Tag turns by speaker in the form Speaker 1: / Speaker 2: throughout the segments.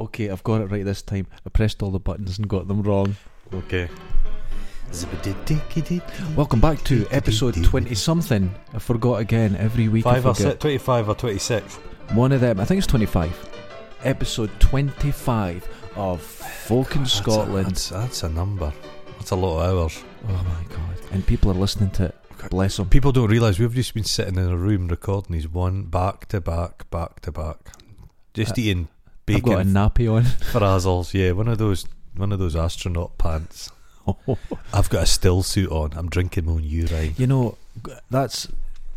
Speaker 1: Okay, I've got it right this time. I pressed all the buttons and got them wrong.
Speaker 2: Okay.
Speaker 1: Welcome back to episode 20 something. I forgot again every week. I
Speaker 2: Five or si-
Speaker 1: forget.
Speaker 2: 25 or 26.
Speaker 1: One of them, I think it's 25. Episode 25 of Folk in Scotland.
Speaker 2: That's, that's a number. That's a lot of hours.
Speaker 1: Oh my god. And people are listening to it.
Speaker 2: Okay.
Speaker 1: Bless them.
Speaker 2: People don't realise we've just been sitting in a room recording these one back to back, back to back. Just
Speaker 1: Uh,
Speaker 2: eating
Speaker 1: I've got a
Speaker 2: bacon
Speaker 1: nappy on.
Speaker 2: frazzles. Yeah, one of those one of those astronaut pants. I've got a still suit on. I'm drinking my own urine.
Speaker 1: you know, g- that's.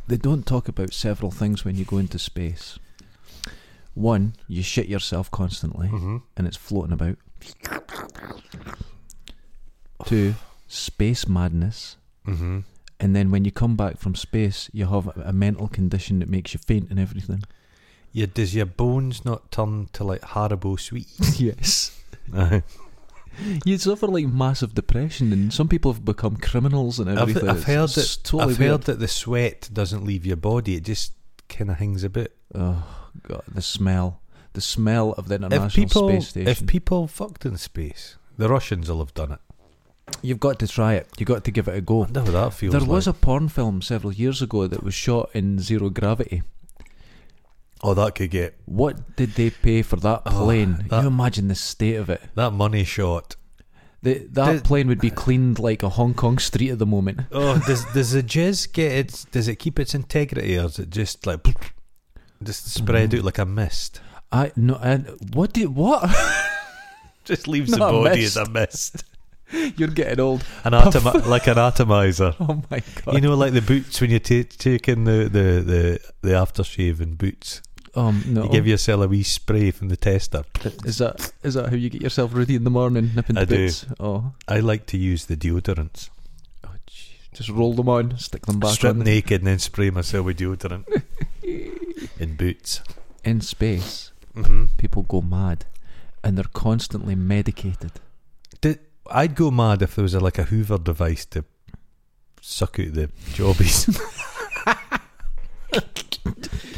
Speaker 1: They don't talk about several things when you go into space. One, you shit yourself constantly.
Speaker 2: Mm-hmm.
Speaker 1: and it's floating about. Two, space madness.
Speaker 2: Mm-hmm.
Speaker 1: And then when you come back from space, you have a mental condition that makes you faint and everything.
Speaker 2: Yeah, does your bones not turn to like Haribo sweet?
Speaker 1: yes.
Speaker 2: Aye.
Speaker 1: You suffer like massive depression, and some people have become criminals and
Speaker 2: I've,
Speaker 1: everything.
Speaker 2: I've heard
Speaker 1: It's
Speaker 2: that
Speaker 1: totally
Speaker 2: I've heard
Speaker 1: weird.
Speaker 2: that the sweat doesn't leave your body; it just kind of hangs about.
Speaker 1: Oh, God, the smell. The smell of the International
Speaker 2: If people,
Speaker 1: Space Station.
Speaker 2: if people fucked in space, the Russians will have done it.
Speaker 1: You've got to try it. You've got to give it a
Speaker 2: I
Speaker 1: go.
Speaker 2: wonder what that feels.
Speaker 1: There
Speaker 2: like.
Speaker 1: was a porn film several years ago that was shot in zero gravity.
Speaker 2: oh, that could get
Speaker 1: What did they pay for that
Speaker 2: Oh,
Speaker 1: plane?
Speaker 2: that-
Speaker 1: you imagine the state of it.
Speaker 2: that money shot.
Speaker 1: The, that
Speaker 2: Did-
Speaker 1: plane would be cleaned like a Hong Kong street at the moment.
Speaker 2: Oh, does does the jizz get its? Does it keep its integrity, or is it just like just spread
Speaker 1: Mm.
Speaker 2: out like a mist?
Speaker 1: I no. I, what do what?
Speaker 2: Just leaves
Speaker 1: Not
Speaker 2: the
Speaker 1: a
Speaker 2: body
Speaker 1: mist.
Speaker 2: as a mist.
Speaker 1: You're getting old.
Speaker 2: An atom like an atomizer.
Speaker 1: Oh my god.
Speaker 2: You know, like the boots when you take take in the the the, the aftershave and boots.
Speaker 1: um no.
Speaker 2: You give yourself a wee spray from the tester.
Speaker 1: is that is that how you get yourself ready in the morning? Nipping
Speaker 2: I
Speaker 1: the
Speaker 2: do.
Speaker 1: bits. Oh,
Speaker 2: I like to use the deodorants.
Speaker 1: oh, jeez. Just roll them on, stick them back
Speaker 2: Strip
Speaker 1: on.
Speaker 2: naked and then spray myself with deodorant in boots.
Speaker 1: In space,
Speaker 2: Mm-hmm.
Speaker 1: people go mad, and they're constantly medicated.
Speaker 2: Did, I'd go mad if there was a, like a Hoover device to suck out the jobbies.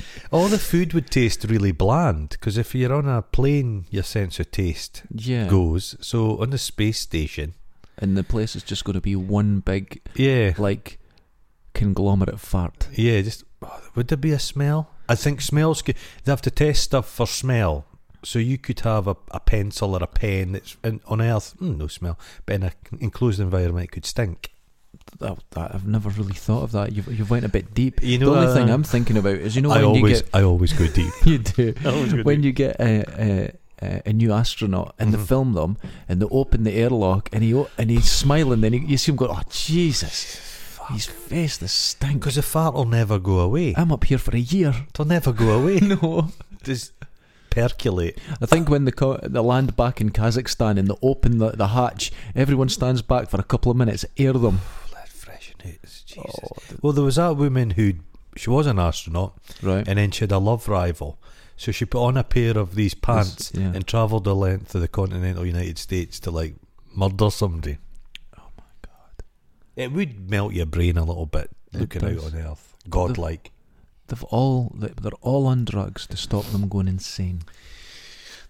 Speaker 2: All the food would taste really bland because if you're on a plane, your sense of taste
Speaker 1: Yeah.
Speaker 2: goes. So on the space station,
Speaker 1: And the place is just going to be one big
Speaker 2: yeah,
Speaker 1: like conglomerate fart.
Speaker 2: Yeah, just oh, would there be a smell? I think smells. Could, they have to test stuff for smell. So you could have a, a pencil or a pen that's in, on Earth, mm, no smell, but in an enclosed environment, it could stink.
Speaker 1: that, Oh, that I've never really thought of that. You've you've went a bit deep.
Speaker 2: You
Speaker 1: the
Speaker 2: know,
Speaker 1: only
Speaker 2: uh,
Speaker 1: thing I'm thinking about is you know
Speaker 2: I
Speaker 1: when you
Speaker 2: always, Oh,
Speaker 1: get
Speaker 2: I always go deep.
Speaker 1: you do
Speaker 2: I always go
Speaker 1: when
Speaker 2: deep.
Speaker 1: you get a a, a new astronaut and they
Speaker 2: Mhm.
Speaker 1: film them and they open the airlock and he o- and he's smiling. Then he, you see him go, oh Jesus, his face the stink.
Speaker 2: Because the fart will never go away.
Speaker 1: I'm up here for a year.
Speaker 2: It'll never go away.
Speaker 1: No,
Speaker 2: Just percolate.
Speaker 1: I think when the co- the land back in Kazakhstan and they open the, the hatch, everyone stands back for a couple of minutes, air them.
Speaker 2: Let it freshen out. Jesus.
Speaker 1: Oh, th-
Speaker 2: Well, there was that woman who she was an astronaut,
Speaker 1: right.
Speaker 2: and then she had a love rival. So she put on a pair of these pants
Speaker 1: This- yeah.
Speaker 2: and travelled the length of the continental United States to like murder somebody.
Speaker 1: Oh my god.
Speaker 2: It would melt your brain a little bit
Speaker 1: It
Speaker 2: looking out
Speaker 1: does.
Speaker 2: on Earth, godlike.
Speaker 1: They've all they- they're all on drugs to stop them going insane.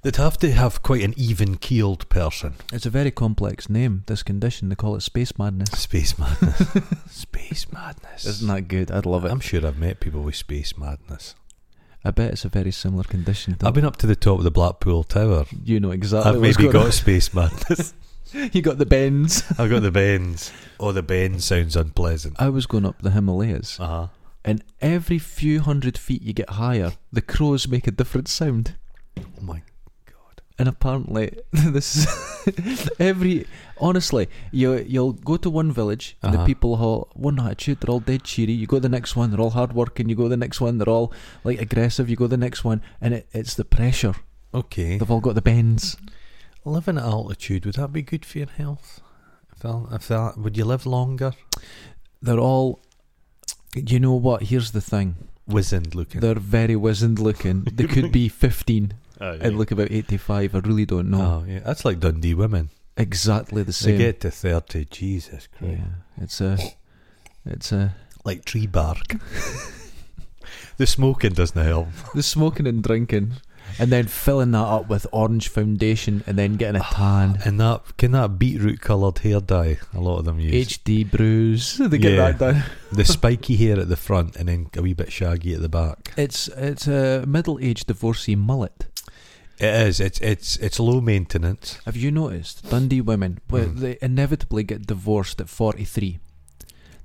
Speaker 2: They'd have to have quite an even keeled person.
Speaker 1: It's a very complex name. This condition they call it space madness.
Speaker 2: Space madness. space madness.
Speaker 1: Isn't that good? I'd love it.
Speaker 2: I'm sure I've met people with space madness.
Speaker 1: I bet it's a very similar condition.
Speaker 2: I've been up to the top of the Blackpool Tower.
Speaker 1: you know exactly.
Speaker 2: I've
Speaker 1: what's
Speaker 2: maybe
Speaker 1: going
Speaker 2: got space madness.
Speaker 1: on. you got the bends.
Speaker 2: I've got the bends. Oh, the bend sounds unpleasant.
Speaker 1: I was going up the Himalayas,
Speaker 2: Uh huh.
Speaker 1: and every few hundred feet you get higher, the crows make a different sound.
Speaker 2: Oh my god.
Speaker 1: And apparently, this is every honestly, you you'll go to one village, and the
Speaker 2: Uh-huh.
Speaker 1: people all one attitude, they're all dead cheery. You go to the next one, they're all hardworking. You go to the next one, they're all like aggressive. You go to the next one, and it, it's the pressure.
Speaker 2: Okay.
Speaker 1: They've all got the bends.
Speaker 2: Living at altitude would that be good for your health? If that, if that would you live longer?
Speaker 1: They're all. You know what? Here's the thing.
Speaker 2: Wizened looking.
Speaker 1: They're very wizened looking. They could be 15 and look about 85. I really don't know.
Speaker 2: Oh yeah, that's like Dundee women.
Speaker 1: Exactly the same.
Speaker 2: They get to thirty, Jesus Christ!
Speaker 1: yeah, it's a, it's a.
Speaker 2: Like tree bark. the smoking doesn't help.
Speaker 1: The smoking and drinking. and then filling that up with orange foundation and then getting a tan.
Speaker 2: And that can that beetroot coloured hair dye a lot of them use.
Speaker 1: HD brews. They get
Speaker 2: Yeah.
Speaker 1: that done.
Speaker 2: the spiky hair at the front and then a wee bit shaggy at the back.
Speaker 1: It's it's a middle aged divorcee mullet.
Speaker 2: It is. It's it's it's low maintenance.
Speaker 1: Have you noticed Dundee women? Well,
Speaker 2: Mhm.
Speaker 1: they inevitably get divorced at forty three.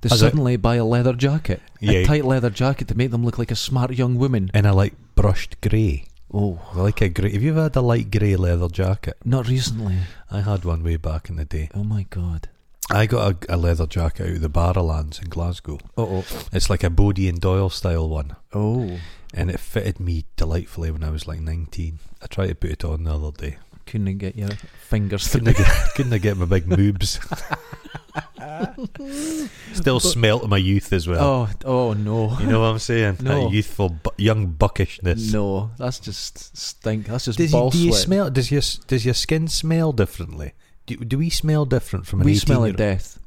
Speaker 1: They
Speaker 2: Has it-
Speaker 1: suddenly buy a leather jacket,
Speaker 2: Yeah.
Speaker 1: a tight leather jacket to make them look like a smart young woman.
Speaker 2: And I like brushed grey.
Speaker 1: Oh,
Speaker 2: I like a grey. Have you ever had a light grey leather jacket?
Speaker 1: not recently.
Speaker 2: I had one way back in the day.
Speaker 1: Oh my god.
Speaker 2: I got a, a leather jacket out of the Barrowlands in Glasgow.
Speaker 1: Oh
Speaker 2: It's like a Bodie and Doyle style one,
Speaker 1: oh.
Speaker 2: and it fitted me delightfully when I was like 19. I tried to put it on the other day.
Speaker 1: Couldn't get your fingers
Speaker 2: Couldn't
Speaker 1: through.
Speaker 2: I get, couldn't I get my big moobs? Still smelt of my youth as well.
Speaker 1: Oh oh no.
Speaker 2: You know what I'm saying?
Speaker 1: No.
Speaker 2: That youthful, bu- young buckishness.
Speaker 1: No, that's just stink. That's just
Speaker 2: Does you,
Speaker 1: ball
Speaker 2: do you
Speaker 1: sweat.
Speaker 2: smell? Does your s- does your skin smell differently? Do, do we smell different from an
Speaker 1: we
Speaker 2: 18
Speaker 1: smell
Speaker 2: year
Speaker 1: of death.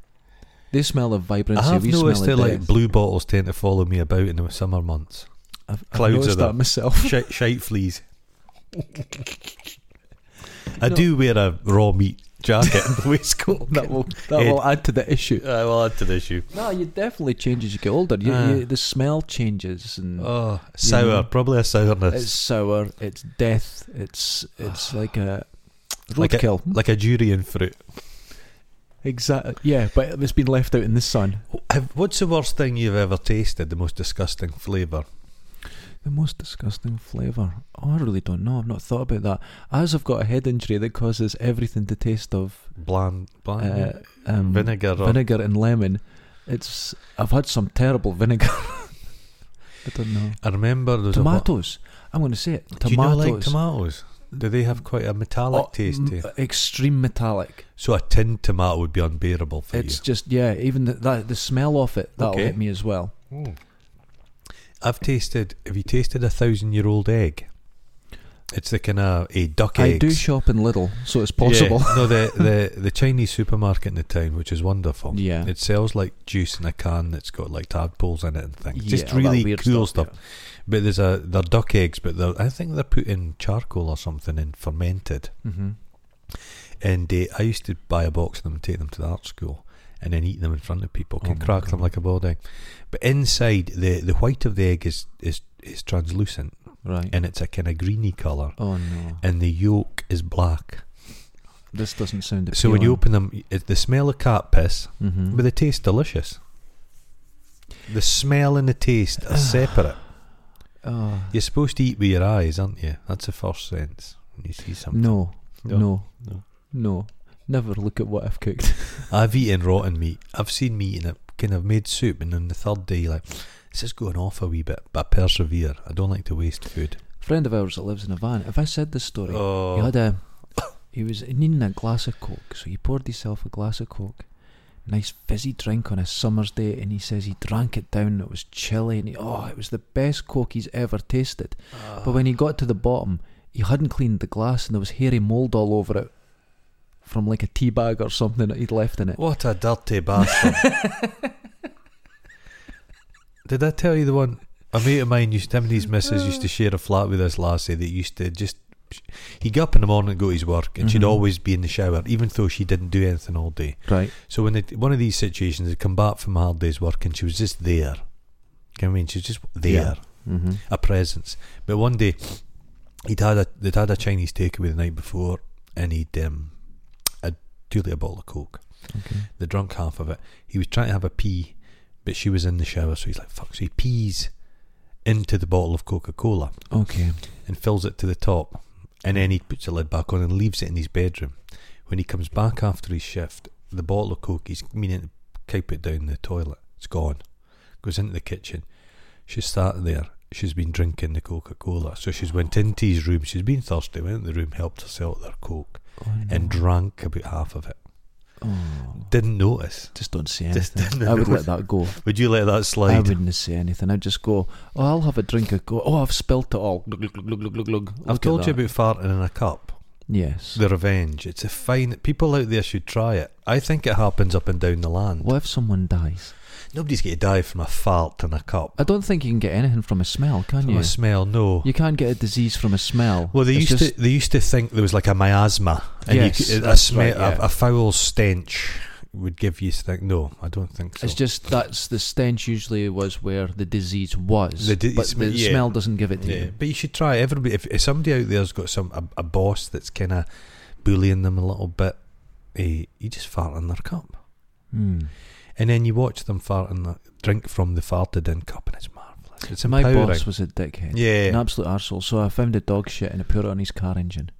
Speaker 1: They smell of
Speaker 2: I
Speaker 1: vibrancy.
Speaker 2: have
Speaker 1: we
Speaker 2: noticed
Speaker 1: smell
Speaker 2: that
Speaker 1: of
Speaker 2: like
Speaker 1: death.
Speaker 2: blue bottles tend to follow me about in the summer months.
Speaker 1: I've, I've
Speaker 2: clouds of
Speaker 1: noticed that
Speaker 2: them.
Speaker 1: myself.
Speaker 2: Shite, shite fleas. I
Speaker 1: No.
Speaker 2: do wear a raw meat jacket waistcoat.
Speaker 1: That will that
Speaker 2: Ed.
Speaker 1: will add to the issue.
Speaker 2: I will add to the issue.
Speaker 1: No, you definitely change as you get older. You,
Speaker 2: Ah.
Speaker 1: you, the smell changes, and
Speaker 2: Oh, sour. Probably a sourness.
Speaker 1: it's sour. It's death. It's it's like a
Speaker 2: Like a-
Speaker 1: roadkill.
Speaker 2: like a durian fruit.
Speaker 1: exactly. Yeah, but it's been left out in the sun.
Speaker 2: Have- What's the worst thing you've ever tasted? The most disgusting flavour?
Speaker 1: The most disgusting flavour. Oh, I really don't know. I've not thought about that. As I've got a head injury that causes everything to taste of
Speaker 2: Bland,
Speaker 1: uh,
Speaker 2: bland
Speaker 1: um,
Speaker 2: vinegar. or-
Speaker 1: vinegar and lemon. It's I've had some terrible vinegar. I don't know.
Speaker 2: I remember there was a wa-
Speaker 1: Tomatoes. I'm going to say it. Tomatoes.
Speaker 2: Do you not like tomatoes? Do they have quite a metallic
Speaker 1: Oh,
Speaker 2: taste to you?
Speaker 1: m- Extreme metallic.
Speaker 2: So a tinned tomato would be unbearable for
Speaker 1: It's just yeah. Even the, that the smell of it that'll
Speaker 2: Okay.
Speaker 1: hit me as well.
Speaker 2: you. I've tasted. Have you tasted a thousand-year-old egg? It's the kind of a duck
Speaker 1: I
Speaker 2: eggs.
Speaker 1: do shop in Lidl, so it's
Speaker 2: Yeah.
Speaker 1: possible.
Speaker 2: No, the, the the Chinese supermarket in the town, which is wonderful.
Speaker 1: Yeah.
Speaker 2: It sells like juice in a can that's got like tadpoles in it and things. just
Speaker 1: Yeah, all that
Speaker 2: really
Speaker 1: weird
Speaker 2: cool stuff. But there's a they're duck eggs, but they're I think they're put in charcoal or something and fermented.
Speaker 1: yeah. Mhm.
Speaker 2: And uh, I used to buy a box of them and take them to the art school and then eat them in front of people.
Speaker 1: Oh
Speaker 2: Can
Speaker 1: my
Speaker 2: crack them
Speaker 1: God.
Speaker 2: like a boiled egg. But inside, the, the white of the egg is, is, is translucent
Speaker 1: Right.
Speaker 2: and it's a kind of greeny colour.
Speaker 1: oh no,
Speaker 2: And the yolk is black.
Speaker 1: this doesn't sound. Appealing.
Speaker 2: So when you open them, it, the smell of cat piss,
Speaker 1: Mhm.
Speaker 2: but they taste delicious. The smell and the taste are separate.
Speaker 1: Oh,
Speaker 2: You're supposed to eat with your eyes, aren't you? That's the first sense when you see something.
Speaker 1: no,
Speaker 2: No.
Speaker 1: no,
Speaker 2: No.
Speaker 1: no. Never look at what I've cooked.
Speaker 2: I've eaten rotten meat. I've seen meat and it kind of made soup, and then the third day, you're like, this is going off a wee bit, but I persevere. I don't like to waste food.
Speaker 1: friend of ours that lives in a van. Have I said this story? He
Speaker 2: Oh,
Speaker 1: had a. He was needing a glass of coke, so he poured himself a glass of coke. Nice fizzy drink on a summer's day, and he says he drank it down. It was chilly, and he, oh, it was the best coke he's ever tasted.
Speaker 2: Ah.
Speaker 1: But when he got to the bottom, he hadn't cleaned the glass, and there was hairy mold all over it from like a tea bag or something that he'd left in it.
Speaker 2: what a dirty bastard! Did I tell you the one? A mate of mine used him and his missus used to share a flat with this lassie that used to just. He'd get up in the morning and go to his work, and she'd
Speaker 1: Mhm.
Speaker 2: always be in the shower, even though she didn't do anything all day.
Speaker 1: Right.
Speaker 2: So when they, one of these situations, they'd come back from a hard day's work and she was just there. You know what I mean? She was just there,
Speaker 1: Yeah. Mm-hmm.
Speaker 2: a presence. But one day, he'd had a they'd had a Chinese takeaway the night before, and he'd um, a two litre bottle of coke.
Speaker 1: Okay.
Speaker 2: They drunk half of it. He was trying to have a pee, but she was in the shower, so he's like, "Fuck!" So he pees into the bottle of Coca Cola
Speaker 1: Okay.
Speaker 2: and fills it to the top, and then he puts the lid back on and leaves it in his bedroom. When he comes back after his shift, the bottle of coke he's meaning to keep it down the toilet. It's gone. Goes into the kitchen. She's sat there. She's been drinking the Coca Cola. So she's went into his room. She's been thirsty. Went in the room, helped herself with her coke,
Speaker 1: Oh, no.
Speaker 2: and drank about half of it.
Speaker 1: Oh.
Speaker 2: Didn't notice.
Speaker 1: Just don't say
Speaker 2: Just
Speaker 1: anything.
Speaker 2: didn't
Speaker 1: I would
Speaker 2: notice.
Speaker 1: let that go.
Speaker 2: Would you let that slide?
Speaker 1: I wouldn't say anything. I'd just go, oh, I'll have a drink of go. Oh, I've spilt it all. Glug, glug, glug, glug, glug, glug.
Speaker 2: I've
Speaker 1: Look at
Speaker 2: told you
Speaker 1: that.
Speaker 2: about farting in a cup.
Speaker 1: Yes.
Speaker 2: The revenge. It's a fine. People out there should try it. I think it happens up and down the land.
Speaker 1: what if someone dies?
Speaker 2: Nobody's going to die from a fart in a cup.
Speaker 1: I don't think you can get anything from a smell, can
Speaker 2: From
Speaker 1: you?
Speaker 2: a smell, no.
Speaker 1: you can't get a disease from a smell.
Speaker 2: Well, they
Speaker 1: It's
Speaker 2: used
Speaker 1: just-
Speaker 2: to they used to think there was like a miasma, and
Speaker 1: Yes,
Speaker 2: you could, a,
Speaker 1: that's
Speaker 2: smell,
Speaker 1: right, yeah.
Speaker 2: a, a foul stench would give you to think. No, I don't think so.
Speaker 1: It's just that's the stench usually was where the disease was,
Speaker 2: The di-
Speaker 1: but
Speaker 2: it's-
Speaker 1: the
Speaker 2: yeah.
Speaker 1: smell doesn't give it to
Speaker 2: yeah,
Speaker 1: you.
Speaker 2: but you should try. it. Everybody, if, if somebody out there's got some a, a boss that's kind of bullying them a little bit, eh, you just fart in their cup,
Speaker 1: Hmm.
Speaker 2: and then you watch them fart in the drink from the farted in cup, and it's marvelous. It's
Speaker 1: My
Speaker 2: empowering.
Speaker 1: boss was a dickhead,
Speaker 2: yeah,
Speaker 1: an absolute arsehole. So I found a dog shit and I put it on his car engine,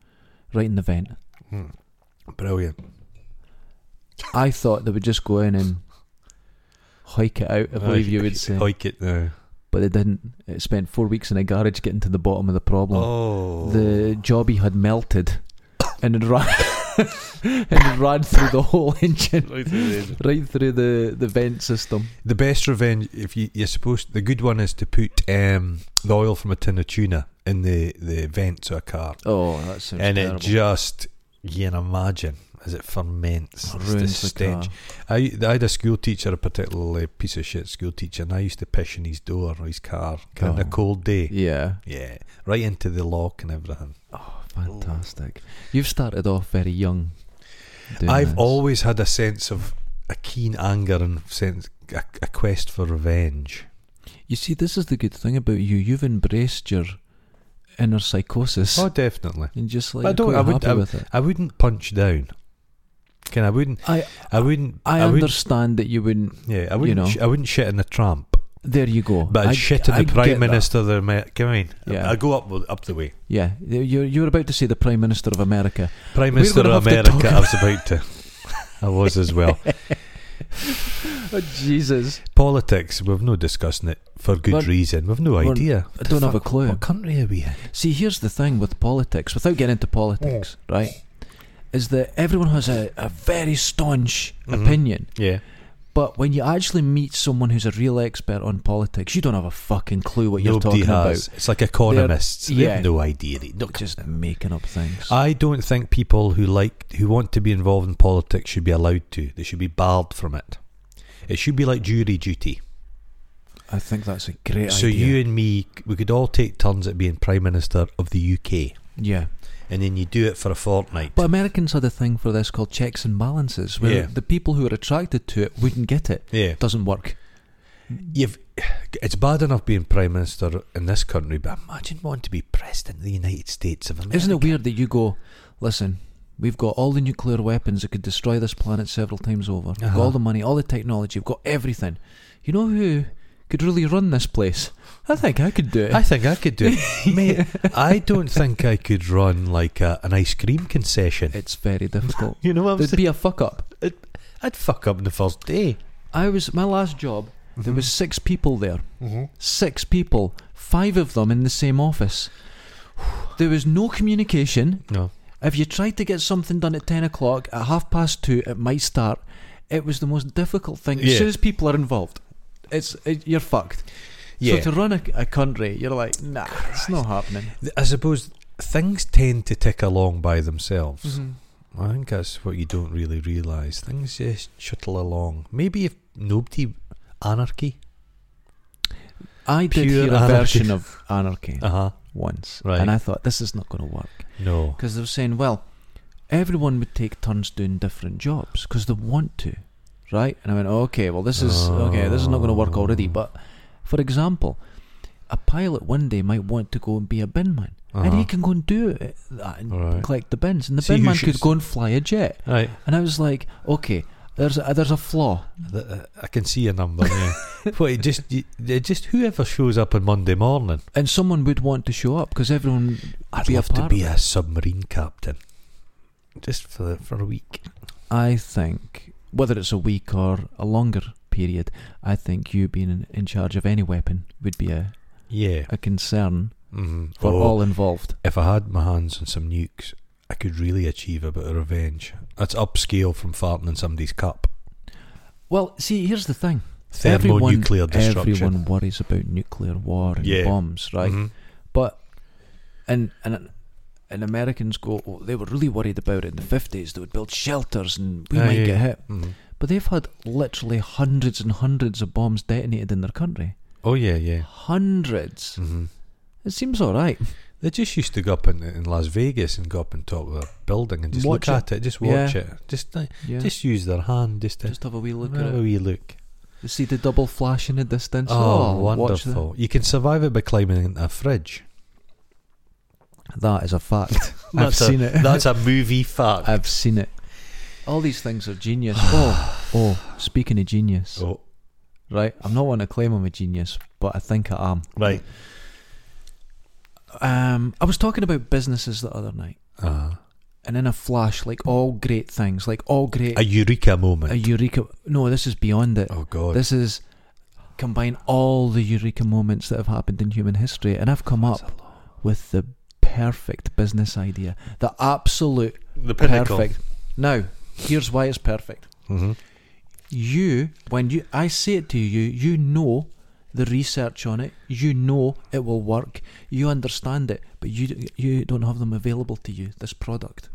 Speaker 1: right in the vent.
Speaker 2: Mm. brilliant.
Speaker 1: I thought they would just go in and hike it out. I
Speaker 2: Ah,
Speaker 1: believe you would say,
Speaker 2: like it now.
Speaker 1: but they didn't. It spent four weeks in a garage getting to the bottom of the problem.
Speaker 2: Oh,
Speaker 1: the jobby had melted and it ran and it ran through the whole engine right through the, the vent system
Speaker 2: The best revenge, if you, you're supposed, the good one is to put um, the oil from a tin of tuna in the, the vent to a car,
Speaker 1: oh that sounds
Speaker 2: and
Speaker 1: terrible
Speaker 2: it just you can imagine as it ferments,
Speaker 1: It
Speaker 2: it's
Speaker 1: ruins the car.
Speaker 2: I, I had a school teacher, a particularly piece of shit school teacher, and I used to piss in his door or his car on a
Speaker 1: Oh.
Speaker 2: cold day.
Speaker 1: yeah
Speaker 2: Yeah, right into the lock and everything.
Speaker 1: oh fantastic you've started off very young doing
Speaker 2: I've
Speaker 1: this.
Speaker 2: always had a sense of a keen anger and sense a, a quest for revenge.
Speaker 1: you see this is the good thing about you you've embraced your inner psychosis
Speaker 2: Oh, definitely.
Speaker 1: and just like
Speaker 2: I
Speaker 1: I
Speaker 2: don't- I
Speaker 1: quite
Speaker 2: would-
Speaker 1: happy
Speaker 2: w-
Speaker 1: with it
Speaker 2: I wouldn't punch down. Can I wouldn't.
Speaker 1: I
Speaker 2: I wouldn't.
Speaker 1: I,
Speaker 2: wouldn't.
Speaker 1: understand that you wouldn't
Speaker 2: Yeah, I wouldn't.
Speaker 1: know.
Speaker 2: sh- I wouldn't shit in the tramp,
Speaker 1: there you go
Speaker 2: but I'd
Speaker 1: I-
Speaker 2: shit in
Speaker 1: I
Speaker 2: the prime
Speaker 1: get that.
Speaker 2: minister. Of the Amer- Come on,
Speaker 1: Yeah.
Speaker 2: I go up up the way.
Speaker 1: Yeah, you're you're about to say the Prime Minister of America.
Speaker 2: Prime
Speaker 1: We're
Speaker 2: Minister
Speaker 1: gonna
Speaker 2: of
Speaker 1: have to
Speaker 2: America. I was about to. I was as well.
Speaker 1: Oh Jesus!
Speaker 2: Politics. We've no discussing it for good
Speaker 1: We're-
Speaker 2: reason. We've no
Speaker 1: we're-
Speaker 2: idea.
Speaker 1: I don't have a clue.
Speaker 2: What country are we in?
Speaker 1: See, here's the thing with politics. Without getting into politics,
Speaker 2: Mm.
Speaker 1: right, is that everyone has a, a very staunch
Speaker 2: Mhm.
Speaker 1: opinion,
Speaker 2: Yeah.
Speaker 1: but when you actually meet someone who's a real expert on politics, you don't have a fucking clue what you're
Speaker 2: Nobody
Speaker 1: talking
Speaker 2: has. It's like economists. they
Speaker 1: yeah.
Speaker 2: have no idea. They-
Speaker 1: about. Just making up things.
Speaker 2: I don't think people who like who want to be involved in politics should be allowed to. They should be barred from it. It should be like jury duty.
Speaker 1: I think that's a great
Speaker 2: so
Speaker 1: idea.
Speaker 2: you and me, we could all take turns at being prime minister of the UK,
Speaker 1: yeah,
Speaker 2: and then you do it for a fortnight.
Speaker 1: but Americans had a thing for this called checks and balances, where
Speaker 2: Yeah.
Speaker 1: the people who are attracted to it wouldn't get it.
Speaker 2: yeah,
Speaker 1: It doesn't work.
Speaker 2: you've. It's bad enough being prime minister in this country, but imagine wanting to be president of the United States of America.
Speaker 1: Isn't it weird that you go, listen, we've got all the nuclear weapons that could destroy this planet several times over. We've got
Speaker 2: Uh-huh.
Speaker 1: all the money, all the technology, we've got everything. You know who could really run this place? I think I could do it.
Speaker 2: I think I could do it, mate. I don't think I could run like a, an ice cream concession.
Speaker 1: it's very difficult.
Speaker 2: You know what I'm
Speaker 1: There'd
Speaker 2: saying?
Speaker 1: be a fuck up.
Speaker 2: I'd fuck up in the first day.
Speaker 1: I was my last job.
Speaker 2: Mm-hmm.
Speaker 1: There was six people there. Six people. Five of them in the same office. There was no communication.
Speaker 2: No.
Speaker 1: If you tried to get something done at 10 o'clock, at half past two, it might start. It was the most difficult thing. As
Speaker 2: Yeah.
Speaker 1: soon as people are involved, it's it, you're fucked.
Speaker 2: Yeah.
Speaker 1: So to run a, a country, you're like, nah, it's not happening.
Speaker 2: Th- I suppose things tend to tick along by themselves.
Speaker 1: Mhm.
Speaker 2: I think that's what you don't really realise. Things just shuttle along. Maybe if nobody. Anarchy?
Speaker 1: I did
Speaker 2: Pure
Speaker 1: hear a
Speaker 2: anarchy.
Speaker 1: version of anarchy
Speaker 2: Uh huh.
Speaker 1: once,
Speaker 2: Right.
Speaker 1: and I thought this is not going to work
Speaker 2: No.
Speaker 1: because they were saying, well, everyone would take turns doing different jobs because they want to, right? And I went, okay, well, this is okay. This is not going to work already.
Speaker 2: Oh.
Speaker 1: But for example, a pilot one day might want to go and be a bin man. and he
Speaker 2: Uh-huh.
Speaker 1: can go and do it, that and
Speaker 2: Right.
Speaker 1: collect the bins. And the
Speaker 2: See,
Speaker 1: bin
Speaker 2: who
Speaker 1: man
Speaker 2: shoots-
Speaker 1: could go and fly a jet.
Speaker 2: Right.
Speaker 1: And I was like, okay, there's a, there's a flaw.
Speaker 2: Th- uh, I can see a number, yeah. what, it just, you- it just whoever shows up on Monday morning.
Speaker 1: And someone would want to show up because everyone.
Speaker 2: I'd
Speaker 1: Be a
Speaker 2: love to
Speaker 1: part of
Speaker 2: be a submarine captain. Just for, the, for a week.
Speaker 1: I think, whether it's a week or a longer period, I think you being in, in charge of any weapon would be a,
Speaker 2: Yeah.
Speaker 1: a concern
Speaker 2: Mm-hmm.
Speaker 1: for all involved.
Speaker 2: If I had my hands on some nukes, I could really achieve a bit of revenge. That's upscale from farting in somebody's cup.
Speaker 1: Well, see, here's the thing.
Speaker 2: Thermonuclear destruction.
Speaker 1: Everyone worries about nuclear war and
Speaker 2: Yeah.
Speaker 1: bombs, right?
Speaker 2: Mhm.
Speaker 1: But and and and Americans go, oh, they were really worried about it in the fifties. They would build shelters, and we
Speaker 2: Ah,
Speaker 1: might
Speaker 2: yeah,
Speaker 1: get
Speaker 2: yeah.
Speaker 1: hit.
Speaker 2: Mhm.
Speaker 1: But they've had literally hundreds and hundreds of bombs detonated in their country.
Speaker 2: Oh yeah, yeah.
Speaker 1: 100s
Speaker 2: hmm
Speaker 1: It seems all right.
Speaker 2: They just used to go up in, in Las Vegas and go up on top of a building and just
Speaker 1: Watch
Speaker 2: look
Speaker 1: it.
Speaker 2: at it, just
Speaker 1: Yeah.
Speaker 2: watch it, just uh,
Speaker 1: Yeah. Just,
Speaker 2: just use their hand, just to
Speaker 1: have a wee look at
Speaker 2: have a
Speaker 1: it.
Speaker 2: wee look.
Speaker 1: You see the double flash in the distance.
Speaker 2: Oh,
Speaker 1: watch
Speaker 2: wonderful! You can survive it by climbing into a fridge.
Speaker 1: that. That is a fact. I've
Speaker 2: That's a-
Speaker 1: seen it.
Speaker 2: That's a movie fact.
Speaker 1: I've seen it. All these things are genius. oh, oh, speaking of genius,
Speaker 2: oh,
Speaker 1: right? I'm not one to claim I'm a genius, but I think I am.
Speaker 2: right.
Speaker 1: Um, I was talking about businesses the other night,
Speaker 2: Uh,
Speaker 1: and in a flash, like all great things, like all great,
Speaker 2: a eureka moment.
Speaker 1: a eureka. No, this is beyond it.
Speaker 2: oh God!
Speaker 1: This is combine all the eureka moments that have happened in human history, and I've come
Speaker 2: That's
Speaker 1: up with the perfect business idea, the absolute
Speaker 2: the pinnacle.
Speaker 1: perfect. Now, here's why it's perfect.
Speaker 2: hmm
Speaker 1: You, when you, I say it to you, you know the research on it. You know it will work. You understand it, but you you don't have them available to you. This product.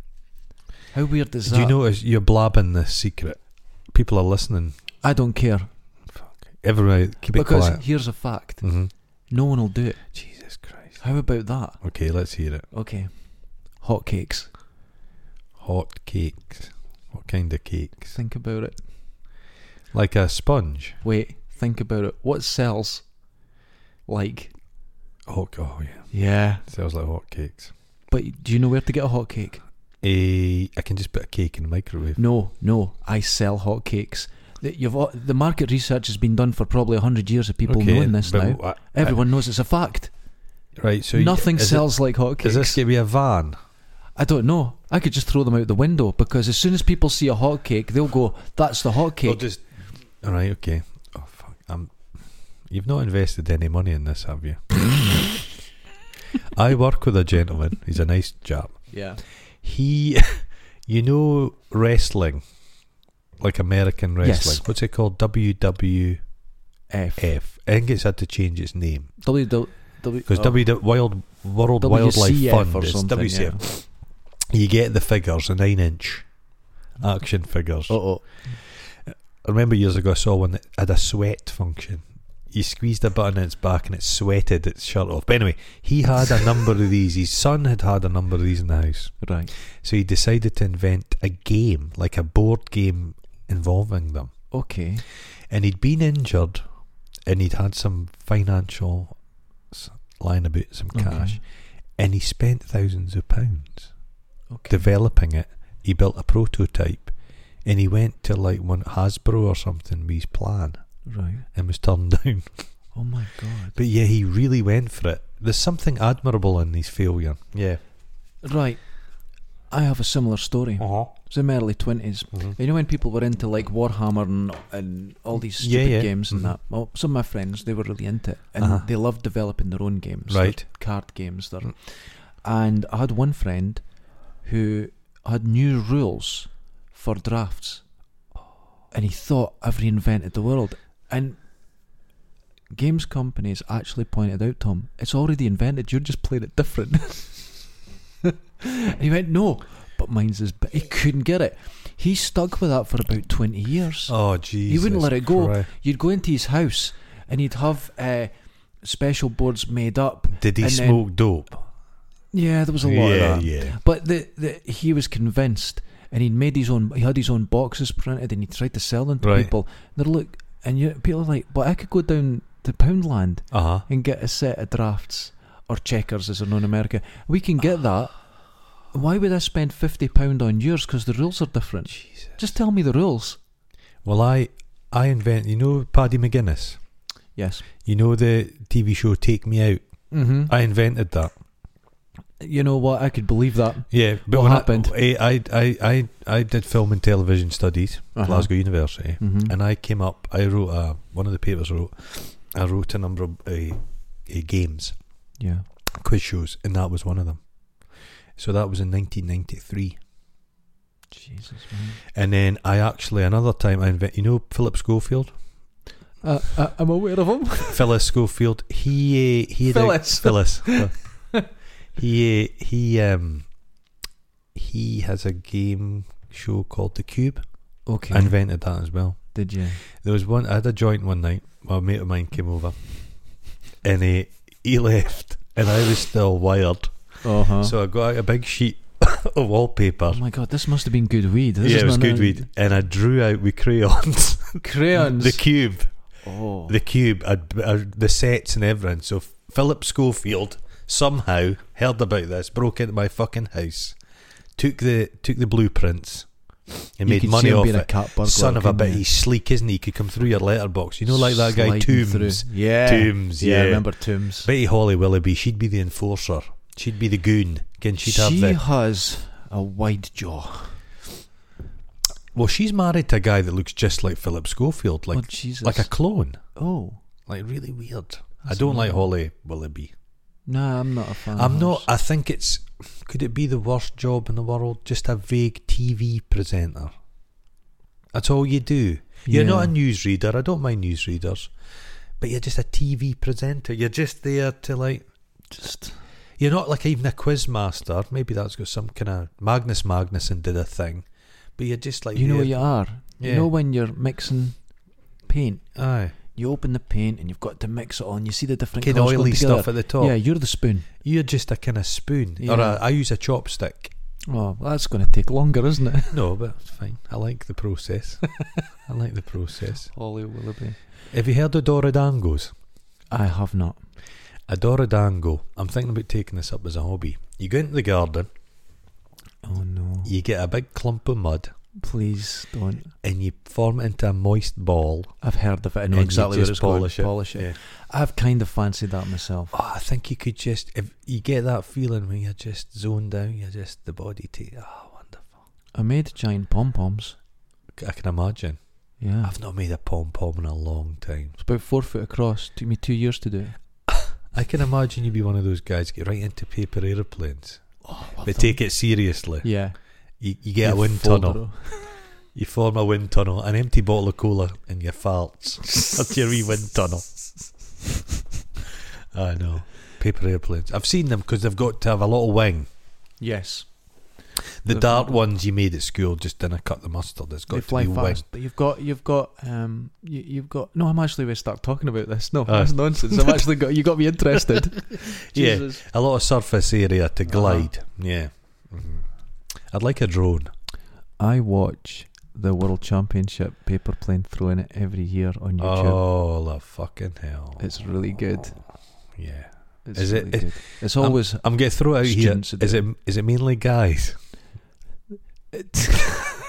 Speaker 1: How weird is
Speaker 2: Do
Speaker 1: that?
Speaker 2: you notice you're blabbing the secret? People are listening.
Speaker 1: I don't care
Speaker 2: Everybody, keep it
Speaker 1: because
Speaker 2: quiet.
Speaker 1: here's a fact.
Speaker 2: hmm
Speaker 1: No one will do it.
Speaker 2: Jesus Christ.
Speaker 1: How about that?
Speaker 2: Okay, let's hear it.
Speaker 1: Okay. Hotcakes.
Speaker 2: Hot cakes. What kind of cakes?
Speaker 1: Think about it.
Speaker 2: Like a sponge.
Speaker 1: Wait. Think about it. What sells? Like.
Speaker 2: Oh, g- oh yeah.
Speaker 1: Yeah.
Speaker 2: Sounds like hot cakes.
Speaker 1: But do you know where to get a hotcake?
Speaker 2: Eh, I can just put a cake in the microwave.
Speaker 1: No, no, I sell hotcakes. The, you've, al- the market research has been done for probably 100 years of people knowing this
Speaker 2: but
Speaker 1: now.
Speaker 2: wha-
Speaker 1: Everyone knows it's a fact.
Speaker 2: right, so y-
Speaker 1: Nothing
Speaker 2: is it-
Speaker 1: sells like
Speaker 2: Is this
Speaker 1: hotcakes.
Speaker 2: going to be a van?
Speaker 1: I don't know. I could just throw them out the window because as soon as people see a hotcake, they'll go, that's the
Speaker 2: Or
Speaker 1: hotcake.
Speaker 2: just. All right, okay. Oh, fuck. I'm, you've not invested any money in this, have you? I work with a gentleman. He's a nice chap.
Speaker 1: yeah.
Speaker 2: He, you know, wrestling, like American
Speaker 1: Yes.
Speaker 2: wrestling. What's it called? WWF.
Speaker 1: F.
Speaker 2: I think it's had to change its name
Speaker 1: W, w, w,
Speaker 2: because
Speaker 1: oh,
Speaker 2: W Wild World
Speaker 1: WCF
Speaker 2: Wildlife Fund.
Speaker 1: or
Speaker 2: It's
Speaker 1: something.
Speaker 2: WCF. You get the figures, the nine inch action figures.
Speaker 1: Yeah. Uh-oh.
Speaker 2: I remember years ago I saw one that had a sweat function. You squeezed a button in its back and it sweated its shirt off. But anyway, he had a number of these. His son had had a number of these in the house.
Speaker 1: Right.
Speaker 2: So he decided to invent a game, like a board game involving them.
Speaker 1: Okay.
Speaker 2: And he'd been injured and he'd had some financial s- lying about some
Speaker 1: Okay.
Speaker 2: cash. And he spent thousands of pounds
Speaker 1: Okay.
Speaker 2: developing it. He built a prototype and he went to like one Hasbro or something with his plan
Speaker 1: right.
Speaker 2: and was turned down.
Speaker 1: Oh my God.
Speaker 2: But yeah, he really went for it. There's something admirable in his failure. Yeah.
Speaker 1: Right. I have a similar story. It
Speaker 2: Uh-huh.
Speaker 1: was in my early 20s. You know when people were into like Warhammer and and all these
Speaker 2: Yeah,
Speaker 1: stupid
Speaker 2: yeah.
Speaker 1: games and
Speaker 2: Mhm.
Speaker 1: that. Well, some of my friends they were really into it, and
Speaker 2: Uh-huh.
Speaker 1: they loved developing their own games, their
Speaker 2: Right.
Speaker 1: card games, their.
Speaker 2: Mm.
Speaker 1: And I had one friend who had new rules for drafts, and he thought I've reinvented the world. And games companies actually pointed out, Tom, it's already invented. You're just playing it different. and he went, no, but mine's is. But he couldn't get it. He stuck with that for about twenty years.
Speaker 2: Oh, Jesus.
Speaker 1: wouldn't let it go.
Speaker 2: Christ.
Speaker 1: You'd go into his house, and he'd have uh, special boards made up.
Speaker 2: Did he
Speaker 1: And then-
Speaker 2: smoke dope?
Speaker 1: Yeah, there was a lot
Speaker 2: yeah,
Speaker 1: of that.
Speaker 2: yeah.
Speaker 1: But the, the he was convinced, and he'd made his own. He had his own boxes printed, and he tried to sell them to
Speaker 2: Right.
Speaker 1: people. And they're look, and you, people are like, "But I could go down to Poundland
Speaker 2: Uh-huh.
Speaker 1: and get a set of drafts or checkers, as they're known in America. We can get that. Why would I spend fifty pound on yours? Because the rules are different.
Speaker 2: Jesus.
Speaker 1: Just tell me the rules.
Speaker 2: Well, I, I invent, you know Paddy McGuinness?
Speaker 1: Yes.
Speaker 2: You know the TV show Take Me Out?
Speaker 1: Mm-hmm.
Speaker 2: I invented that.
Speaker 1: you know what? I could believe that.
Speaker 2: Yeah, but
Speaker 1: What
Speaker 2: when I- eh,
Speaker 1: happened?
Speaker 2: I, I, I, I, did film and television studies,
Speaker 1: Uh-huh.
Speaker 2: Glasgow University,
Speaker 1: Mhm.
Speaker 2: and I came up. I wrote a, one of the papers. I wrote, I wrote a number of uh, uh, games,
Speaker 1: Yeah.
Speaker 2: quiz shows, and that was one of them. So that was in 1993,
Speaker 1: Jesus. Man.
Speaker 2: and then I actually another time I invent. You know Philip Schofield,
Speaker 1: Uh, uh, I'm aware of him.
Speaker 2: Phyllis Schofield. He uh, he had a-
Speaker 1: Phyllis.
Speaker 2: Phyllis. he uh, he um he has a game show called The Cube.
Speaker 1: Okay.
Speaker 2: I invented that as well.
Speaker 1: Did you?
Speaker 2: There was one. I had a joint one night. My mate of mine came over, and he he left, and I was still wired.
Speaker 1: Uh huh.
Speaker 2: So I got out a big sheet of wallpaper.
Speaker 1: oh my god, this must have been good weed. This
Speaker 2: yeah,
Speaker 1: is
Speaker 2: it was
Speaker 1: not-
Speaker 2: good weed, and I drew out with crayons
Speaker 1: Crayons.
Speaker 2: the cube,
Speaker 1: oh.
Speaker 2: the cube, I'd, i the sets and everything. So Philip Schofield somehow heard about this, broke into my fucking house, took the took the blueprints,
Speaker 1: You
Speaker 2: and made
Speaker 1: could
Speaker 2: money
Speaker 1: see him
Speaker 2: off
Speaker 1: being
Speaker 2: it.
Speaker 1: a cat burglar,
Speaker 2: Son of a
Speaker 1: couldn't
Speaker 2: bit,
Speaker 1: you?
Speaker 2: he's sleek, isn't he? He could come through your letterbox. You know, like that guy
Speaker 1: Sliding
Speaker 2: Toombs.
Speaker 1: through. Yeah.
Speaker 2: Toombs,
Speaker 1: Yeah, I
Speaker 2: yeah.
Speaker 1: remember Toombs.
Speaker 2: Betty Holly Willoughby, she'd be the enforcer. She'd be the goon. Can she'd have
Speaker 1: she
Speaker 2: the
Speaker 1: has a wide jaw.
Speaker 2: Well, she's married to a guy that looks just like Philip Schofield, like
Speaker 1: oh, Jesus.
Speaker 2: like a clone.
Speaker 1: oh.
Speaker 2: Like really weird. I
Speaker 1: That's
Speaker 2: don't like
Speaker 1: weird.
Speaker 2: Holly Willoughby.
Speaker 1: No, I'm not a fan.
Speaker 2: I'm
Speaker 1: of
Speaker 2: not
Speaker 1: hers.
Speaker 2: I think it's could it be the worst job in the world? Just a vague TV presenter. That's all you do. You're not a
Speaker 1: Yeah.
Speaker 2: newsreader. I don't mind newsreaders. But you're just a TV presenter. You're just there to like
Speaker 1: Just.
Speaker 2: You're not like even a quiz master. Maybe that's got some kind of Magnus Magnuson did a thing, but you're just like
Speaker 1: You know
Speaker 2: there.
Speaker 1: what you are.
Speaker 2: Yeah.
Speaker 1: You know when you're mixing paint,
Speaker 2: aye,
Speaker 1: you open the paint and you've got to mix it all, and you see the different
Speaker 2: kind of
Speaker 1: colours going
Speaker 2: oily
Speaker 1: together.
Speaker 2: stuff at the top.
Speaker 1: Yeah, you're the spoon.
Speaker 2: You're just a kind of spoon, or
Speaker 1: Yeah.
Speaker 2: a, I use a chopstick.
Speaker 1: Oh, well, that's going to take longer, isn't it?
Speaker 2: No, but it's fine. I like the process. I like the process.
Speaker 1: Holly Willoughby.
Speaker 2: Have you heard of Doradangos?
Speaker 1: I have not.
Speaker 2: A Doradango. I'm thinking about taking this up as a hobby. You go into the garden,
Speaker 1: Oh no!
Speaker 2: you get a big clump of mud,
Speaker 1: Please don't.
Speaker 2: and you form it into a moist ball.
Speaker 1: I've heard of it. I know
Speaker 2: and you
Speaker 1: exactly what
Speaker 2: just
Speaker 1: it's
Speaker 2: polish
Speaker 1: called.
Speaker 2: it.
Speaker 1: Polish it.
Speaker 2: Yeah.
Speaker 1: I've kind of fancied that myself.
Speaker 2: Oh, I think you could just if you get that feeling when you're just zoned out, you're just the body take. Oh, wonderful!
Speaker 1: I made giant pom poms.
Speaker 2: I can imagine.
Speaker 1: Yeah,
Speaker 2: I've not made a pom pom in a long time.
Speaker 1: it's about four foot across. Took me two years to do it.
Speaker 2: I can imagine you'd be one of those guys get right into paper aeroplanes,
Speaker 1: Oh,
Speaker 2: but take it seriously.
Speaker 1: Yeah,
Speaker 2: You, you get
Speaker 1: You
Speaker 2: a wind
Speaker 1: fold
Speaker 2: tunnel.
Speaker 1: it all.
Speaker 2: You form a wind tunnel, an empty bottle of cola, and your farts. That's your wee wind tunnel. I know. Paper airplanes. I've seen them because they've got to have a little wing.
Speaker 1: Yes,
Speaker 2: The
Speaker 1: They've-
Speaker 2: dart ones you made at school just didn't cut the mustard. It's got
Speaker 1: they
Speaker 2: to
Speaker 1: fly
Speaker 2: be
Speaker 1: fast.
Speaker 2: wing.
Speaker 1: But you've got, you've got, um, you, you've got. No, I'm actually going to start talking about this. No,
Speaker 2: Aye.
Speaker 1: that's nonsense. I've actually got. You got me interested.
Speaker 2: Yeah.
Speaker 1: Jesus.
Speaker 2: A lot of surface area
Speaker 1: Uh-huh.
Speaker 2: to glide. Yeah. Mhm. I'd like a drone.
Speaker 1: I watch the World Championship paper plane throwing it every year on YouTube.
Speaker 2: Oh, the fucking hell.
Speaker 1: It's really good.
Speaker 2: Yeah.
Speaker 1: It's
Speaker 2: Is it-
Speaker 1: really Good. It's always
Speaker 2: I'm going to throw it out here.
Speaker 1: Students
Speaker 2: Is it, is it mainly guys?
Speaker 1: there's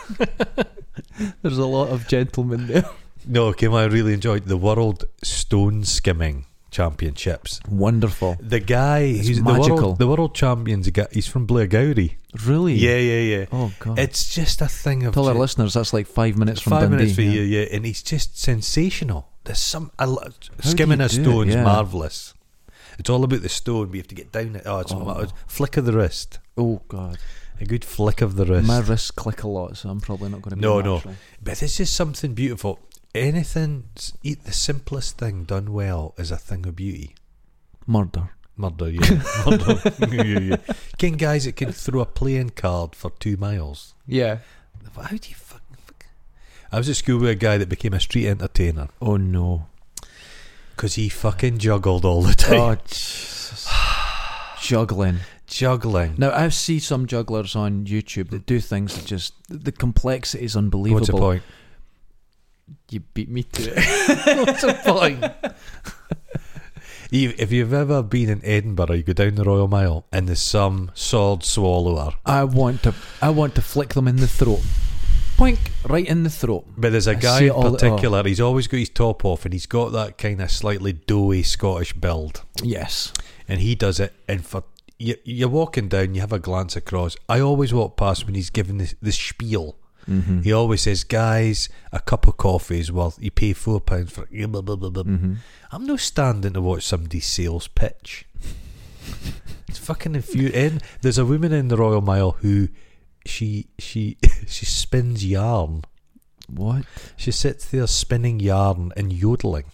Speaker 1: a lot of gentlemen there.
Speaker 2: No, Kim, I really enjoyed the World Stone Skimming Championships.
Speaker 1: Wonderful.
Speaker 2: The guy
Speaker 1: It's
Speaker 2: who's the
Speaker 1: magical.
Speaker 2: world, the world champion's a guy, he's from Blairgowrie.
Speaker 1: Really?
Speaker 2: Yeah, yeah, yeah.
Speaker 1: Oh god.
Speaker 2: It's just a thing of
Speaker 1: Tell our
Speaker 2: ju-
Speaker 1: listeners that's like five minutes from
Speaker 2: five
Speaker 1: Dundee.
Speaker 2: minutes for
Speaker 1: yeah.
Speaker 2: you, yeah, and he's just sensational. There's some I lo-
Speaker 1: do
Speaker 2: skimming
Speaker 1: you
Speaker 2: a
Speaker 1: do it?
Speaker 2: stone's
Speaker 1: Yeah.
Speaker 2: marvelous. It's all about the stone. We have to get down it. Oh, it's
Speaker 1: Oh.
Speaker 2: ma- flick of the wrist.
Speaker 1: Oh god.
Speaker 2: A good flick of the wrist.
Speaker 1: My wrists click a lot, so I'm probably not going to be
Speaker 2: No, no.
Speaker 1: natural.
Speaker 2: But it's just something beautiful. Anything, s- e- the simplest thing done well is a thing of beauty.
Speaker 1: Murder.
Speaker 2: Murder, yeah. Murder. yeah, yeah, yeah. Ken guys that can throw a playing card for two miles.
Speaker 1: Yeah.
Speaker 2: How do you fucking? fuck- I was at school with a guy that became a street entertainer
Speaker 1: Oh no.
Speaker 2: because he fucking juggled all the time.
Speaker 1: Oh Jesus. Juggling.
Speaker 2: Juggling.
Speaker 1: Now I see some jugglers on YouTube that do things that just the complexity is unbelievable.
Speaker 2: What's the point?
Speaker 1: You beat me to it.
Speaker 2: What's the point? E, If you've ever been in Edinburgh, you go down the Royal Mile and there's some sword swallower.
Speaker 1: I want to. I want to flick them in the throat. Poink right in the throat.
Speaker 2: But there's a
Speaker 1: I
Speaker 2: guy
Speaker 1: see
Speaker 2: in
Speaker 1: it all-
Speaker 2: particular, he's always got his top off and he's got that kind of slightly doughy Scottish build.
Speaker 1: Yes.
Speaker 2: and he does it. And for you, you're walking down, you have a glance across. I always walk past when he's giving the, the spiel.
Speaker 1: Mm-hmm.
Speaker 2: He always says, "Guys, a cup of coffee is worth. You pay four pounds for." It. Blah, blah, blah, blah.
Speaker 1: Mm-hmm.
Speaker 2: I'm no standing to watch somebody's sales pitch. it's fucking infuriating. There's a woman in the Royal Mile who she she she spins yarn.
Speaker 1: What?
Speaker 2: She sits there spinning yarn and yodeling.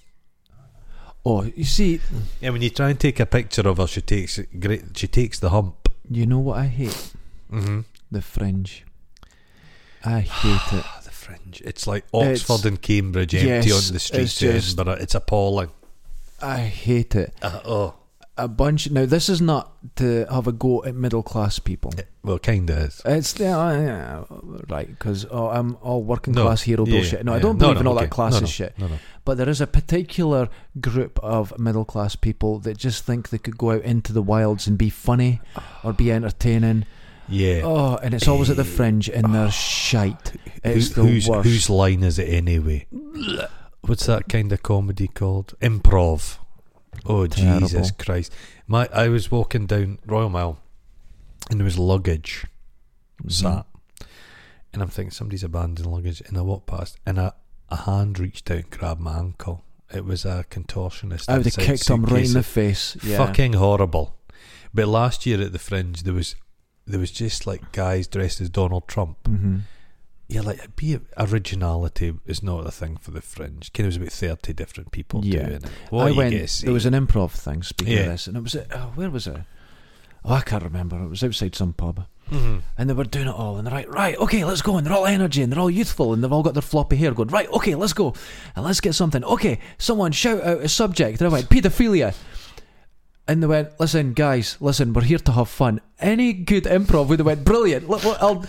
Speaker 1: Oh, you see,
Speaker 2: And when you try and take a picture of her, she takes it great. She takes the hump.
Speaker 1: you know what I hate?
Speaker 2: Mm-hmm.
Speaker 1: The fringe. I hate it.
Speaker 2: Ah, the cringe. It's like Oxford
Speaker 1: It's-
Speaker 2: and Cambridge empty
Speaker 1: yes,
Speaker 2: on the streets
Speaker 1: it's
Speaker 2: of
Speaker 1: just-
Speaker 2: Edinburgh. It's appalling.
Speaker 1: I hate it.
Speaker 2: Uh, oh,
Speaker 1: A bunch. Now, this is not to have a go at middle class people.
Speaker 2: it- well, kind of is.
Speaker 1: It's yeah, yeah, right because oh, I'm all working
Speaker 2: No,
Speaker 1: class hero
Speaker 2: yeah,
Speaker 1: bullshit. No, I
Speaker 2: yeah.
Speaker 1: don't
Speaker 2: No,
Speaker 1: believe
Speaker 2: no,
Speaker 1: in all
Speaker 2: okay.
Speaker 1: that classes
Speaker 2: No, no,
Speaker 1: shit.
Speaker 2: No, no.
Speaker 1: But there is a particular group of middle class people that just think they could go out into the wilds and be funny or be entertaining.
Speaker 2: Yeah. Ah.
Speaker 1: Oh, and it's always at the fringe and they're shite. It's the
Speaker 2: whose,
Speaker 1: worst.
Speaker 2: whose line is it anyway? What's that kind of comedy called? Improv. Oh
Speaker 1: Terrible.
Speaker 2: Jesus Christ! My I was walking down Royal Mile, and there was luggage
Speaker 1: Mhm.
Speaker 2: sat, and I'm thinking somebody's abandoned luggage, and I walked past, and a, a hand reached out and grabbed my ankle. It was a contortionist.
Speaker 1: Mm-hmm. I would have
Speaker 2: inside
Speaker 1: kicked him right in the
Speaker 2: suitcases.
Speaker 1: face. Yeah.
Speaker 2: Fucking horrible. But last year at the Fringe, there was there was just like guys dressed as Donald Trump
Speaker 1: hmm
Speaker 2: yeah, like be originality is not a thing for the fringe. Kind of was about thirty different people
Speaker 1: Yeah.
Speaker 2: doing it. What
Speaker 1: I
Speaker 2: you
Speaker 1: went.
Speaker 2: get to see.
Speaker 1: There was an improv thing. Speaking
Speaker 2: Yeah.
Speaker 1: of this, and it was at, oh, where was it? Oh, I can't remember. It was outside some pub.
Speaker 2: Mhm.
Speaker 1: And they were doing it all, and they're like, right, okay, let's go. And they're all energy, and they're all youthful, and they've all got their floppy hair going, right, okay, let's go. And let's get something. Okay, someone shout out a subject. And I went, paedophilia. And they went, listen, guys, listen, we're here to have fun. Any good improv would have went, brilliant. Look, look, I'll,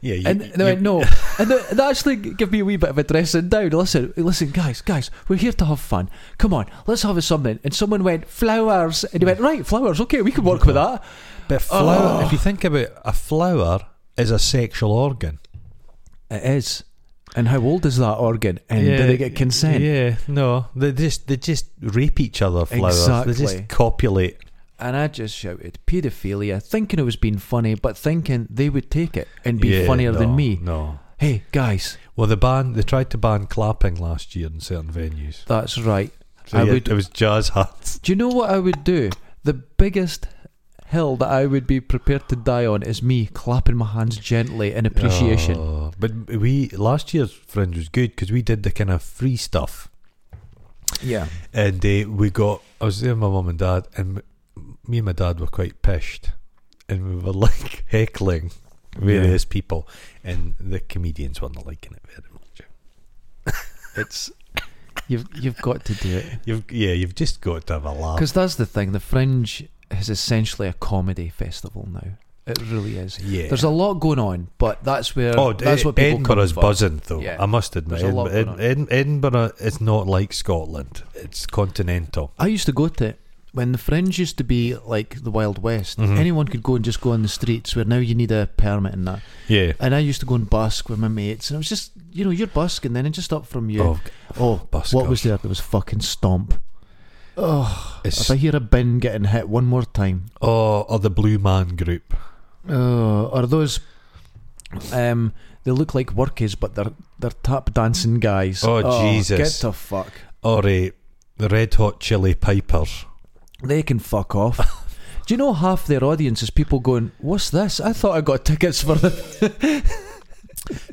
Speaker 2: yeah, you,
Speaker 1: and
Speaker 2: you-
Speaker 1: they went, no. And they, they actually give me a wee bit of a dressing down. Listen, listen, guys, guys, we're here to have fun. Come on, let's have a something. And someone went, flowers. And he went, right, flowers, okay, we can work with that.
Speaker 2: But flower. If you think about a flower, is a sexual organ.
Speaker 1: It is. And how old is that organ? And do they get consent?
Speaker 2: Yeah, no, they just they just rape each other. Flowers. They
Speaker 1: Exactly.
Speaker 2: just copulate.
Speaker 1: And I just shouted paedophilia, thinking it was being funny, but thinking they would take it and be
Speaker 2: Yeah,
Speaker 1: funnier
Speaker 2: no,
Speaker 1: than me.
Speaker 2: No.
Speaker 1: Hey guys,
Speaker 2: Well, the ban they tried to ban clapping last year in certain venues.
Speaker 1: that's right.
Speaker 2: So
Speaker 1: I
Speaker 2: yeah,
Speaker 1: would-
Speaker 2: it was jazz hands.
Speaker 1: Do you know what I would do? The biggest hill that I would be prepared to die on is me clapping my hands gently in appreciation.
Speaker 2: Oh, but we last year's fringe was good because we did the kind of free stuff.
Speaker 1: Yeah.
Speaker 2: And uh, we got, I was there with my mum and dad, and m- me and my dad were quite pissed. And we were like heckling various people, and the comedians weren't liking it very much.
Speaker 1: It's you've you've got to do it.
Speaker 2: You've, yeah, you've just got to have a laugh.
Speaker 1: Because that's the thing, the fringe is essentially a comedy festival now. It really is.
Speaker 2: Yeah.
Speaker 1: There's a lot going on, but that's where
Speaker 2: Oh,
Speaker 1: that's
Speaker 2: eh,
Speaker 1: what people
Speaker 2: Edinburgh's
Speaker 1: come for.
Speaker 2: buzzing though.
Speaker 1: Yeah.
Speaker 2: I must admit,
Speaker 1: There's a lot
Speaker 2: Edinburgh, Ed,
Speaker 1: going
Speaker 2: Ed- Edinburgh is not like Scotland. It's continental.
Speaker 1: I used to go to it when the fringe used to be like the Wild West.
Speaker 2: Mhm.
Speaker 1: Anyone could go and just go on the streets where now you need a permit and that.
Speaker 2: Yeah.
Speaker 1: And I used to go and busk with my mates, and it was just you know you're busking then and just up from you.
Speaker 2: Oh,
Speaker 1: Oh, what
Speaker 2: buskers.
Speaker 1: was there? There was fucking stomp. Oh,
Speaker 2: it's
Speaker 1: if I hear a bin getting hit one more time,
Speaker 2: Oh, or the Blue Man Group.
Speaker 1: oh, or those. Um, they look like workies, but they're they're tap dancing guys.
Speaker 2: Oh, Jesus.
Speaker 1: Get to fuck.
Speaker 2: Or eh, the Red Hot Chili Pipers.
Speaker 1: They can fuck off. Do you know half their audience is people going, "What's this? I thought I got tickets for the."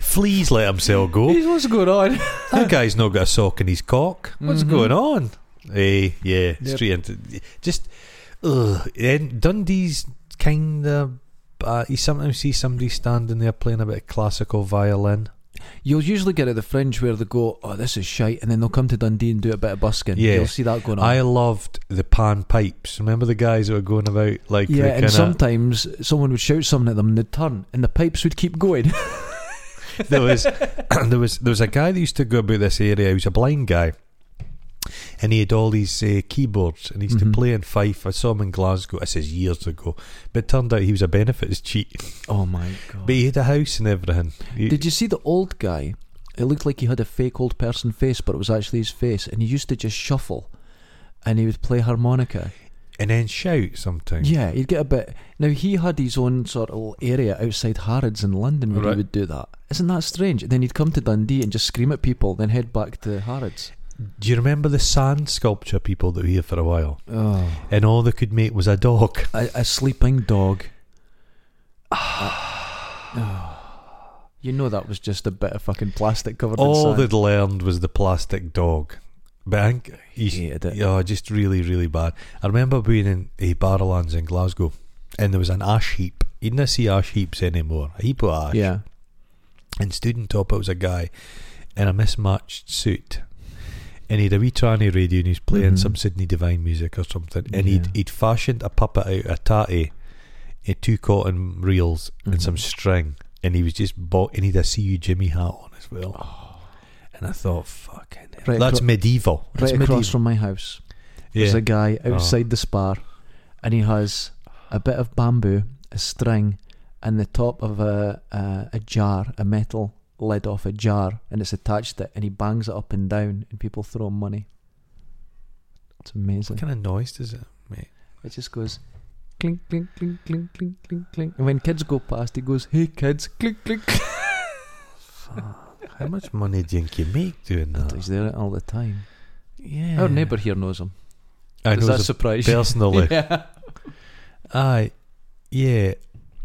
Speaker 2: Fleas let himself go.
Speaker 1: What's going on?
Speaker 2: that guy's not got a sock in his cock. What's
Speaker 1: Mhm.
Speaker 2: going on? Eh, yeah,
Speaker 1: Yep.
Speaker 2: straight into just ugh. And Dundee's kind of. Uh, you sometimes see somebody standing there playing a bit of classical violin.
Speaker 1: You'll usually get at the fringe where they go, "Oh, this is shite," and then they'll come to Dundee and do a bit of busking.
Speaker 2: Yeah.
Speaker 1: you'll see that going on.
Speaker 2: I loved the pan pipes. Remember the guys that were going about like
Speaker 1: yeah,
Speaker 2: the
Speaker 1: and
Speaker 2: kind
Speaker 1: sometimes someone would shout something at them and they'd turn, and the pipes would keep going.
Speaker 2: of there was there was there was a guy that used to go about this area. He was a blind guy, and he had all these uh, keyboards, and he used
Speaker 1: Mhm.
Speaker 2: to play in Fife. I saw him in Glasgow. This is years ago, but it turned out he was a benefits cheat.
Speaker 1: oh my god!
Speaker 2: But he had a house and everything. He-
Speaker 1: Did you see the old guy? It looked like he had a fake old person face, but it was actually his face, and he used to just shuffle, and he would play harmonica.
Speaker 2: and then shout something.
Speaker 1: Yeah, he'd get a bit. Now he had his own sort of little area outside Harrods in London where he
Speaker 2: Right.
Speaker 1: would do that. Isn't that strange? Then he'd come to Dundee and just scream at people, then head back to Harrods.
Speaker 2: Do you remember the sand sculpture people that were here for a while?
Speaker 1: Oh,
Speaker 2: And all they could make was a dog.
Speaker 1: a, a sleeping dog. Oh. You know that was just a bit of fucking plastic covered
Speaker 2: All
Speaker 1: in sand.
Speaker 2: they'd learned was the plastic dog. But I think you s-
Speaker 1: Hated it.
Speaker 2: Yeah, just really, really bad. I remember being in a Barrowlands in Glasgow, and there was an ash heap. You didn't see ash heaps anymore. A heap of ash.
Speaker 1: yeah,
Speaker 2: And stood on top, it was a guy in a mismatched suit. And he had a wee tranny radio and he was playing
Speaker 1: Mhm.
Speaker 2: some Sydney Divine music or something. And he'd,
Speaker 1: Yeah.
Speaker 2: he'd fashioned a puppet out of a tatty, eh, two cotton reels and some
Speaker 1: Mhm.
Speaker 2: string. And he was just bought, and he had a See You Jimmy hat on as well. And I thought, fucking hell.
Speaker 1: Oh. Right
Speaker 2: That's
Speaker 1: acro-
Speaker 2: medieval. That's
Speaker 1: Right across
Speaker 2: medieval.
Speaker 1: from my house, there's
Speaker 2: Yeah. Oh.
Speaker 1: a guy outside the spar, and he has a bit of bamboo, a string, and the top of a a, a jar, a metal lid off a jar, and it's attached to it, and he bangs it up and down, and people throw him money. It's amazing.
Speaker 2: What kind of noise does it make?
Speaker 1: It just goes clink, clink, clink, clink, clink, clink, clink. And when kids go past, it goes, hey kids, clink, clink.
Speaker 2: How much money do you think you make doing
Speaker 1: He's
Speaker 2: that?
Speaker 1: there all the time.
Speaker 2: Yeah.
Speaker 1: Our neighbour here knows him.
Speaker 2: I
Speaker 1: Does
Speaker 2: know
Speaker 1: that
Speaker 2: the
Speaker 1: surprise you?
Speaker 2: personally.
Speaker 1: yeah.
Speaker 2: Aye. Yeah.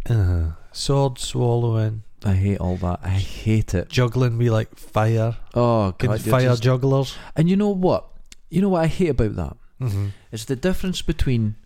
Speaker 2: Uh, sword swallowing.
Speaker 1: I hate all that. I hate it.
Speaker 2: Juggling we like fire.
Speaker 1: Oh,
Speaker 2: Can
Speaker 1: God. you're
Speaker 2: fire
Speaker 1: just-
Speaker 2: jugglers.
Speaker 1: And you know what? You know what I hate about that?
Speaker 2: Mm-hmm.
Speaker 1: It's the difference between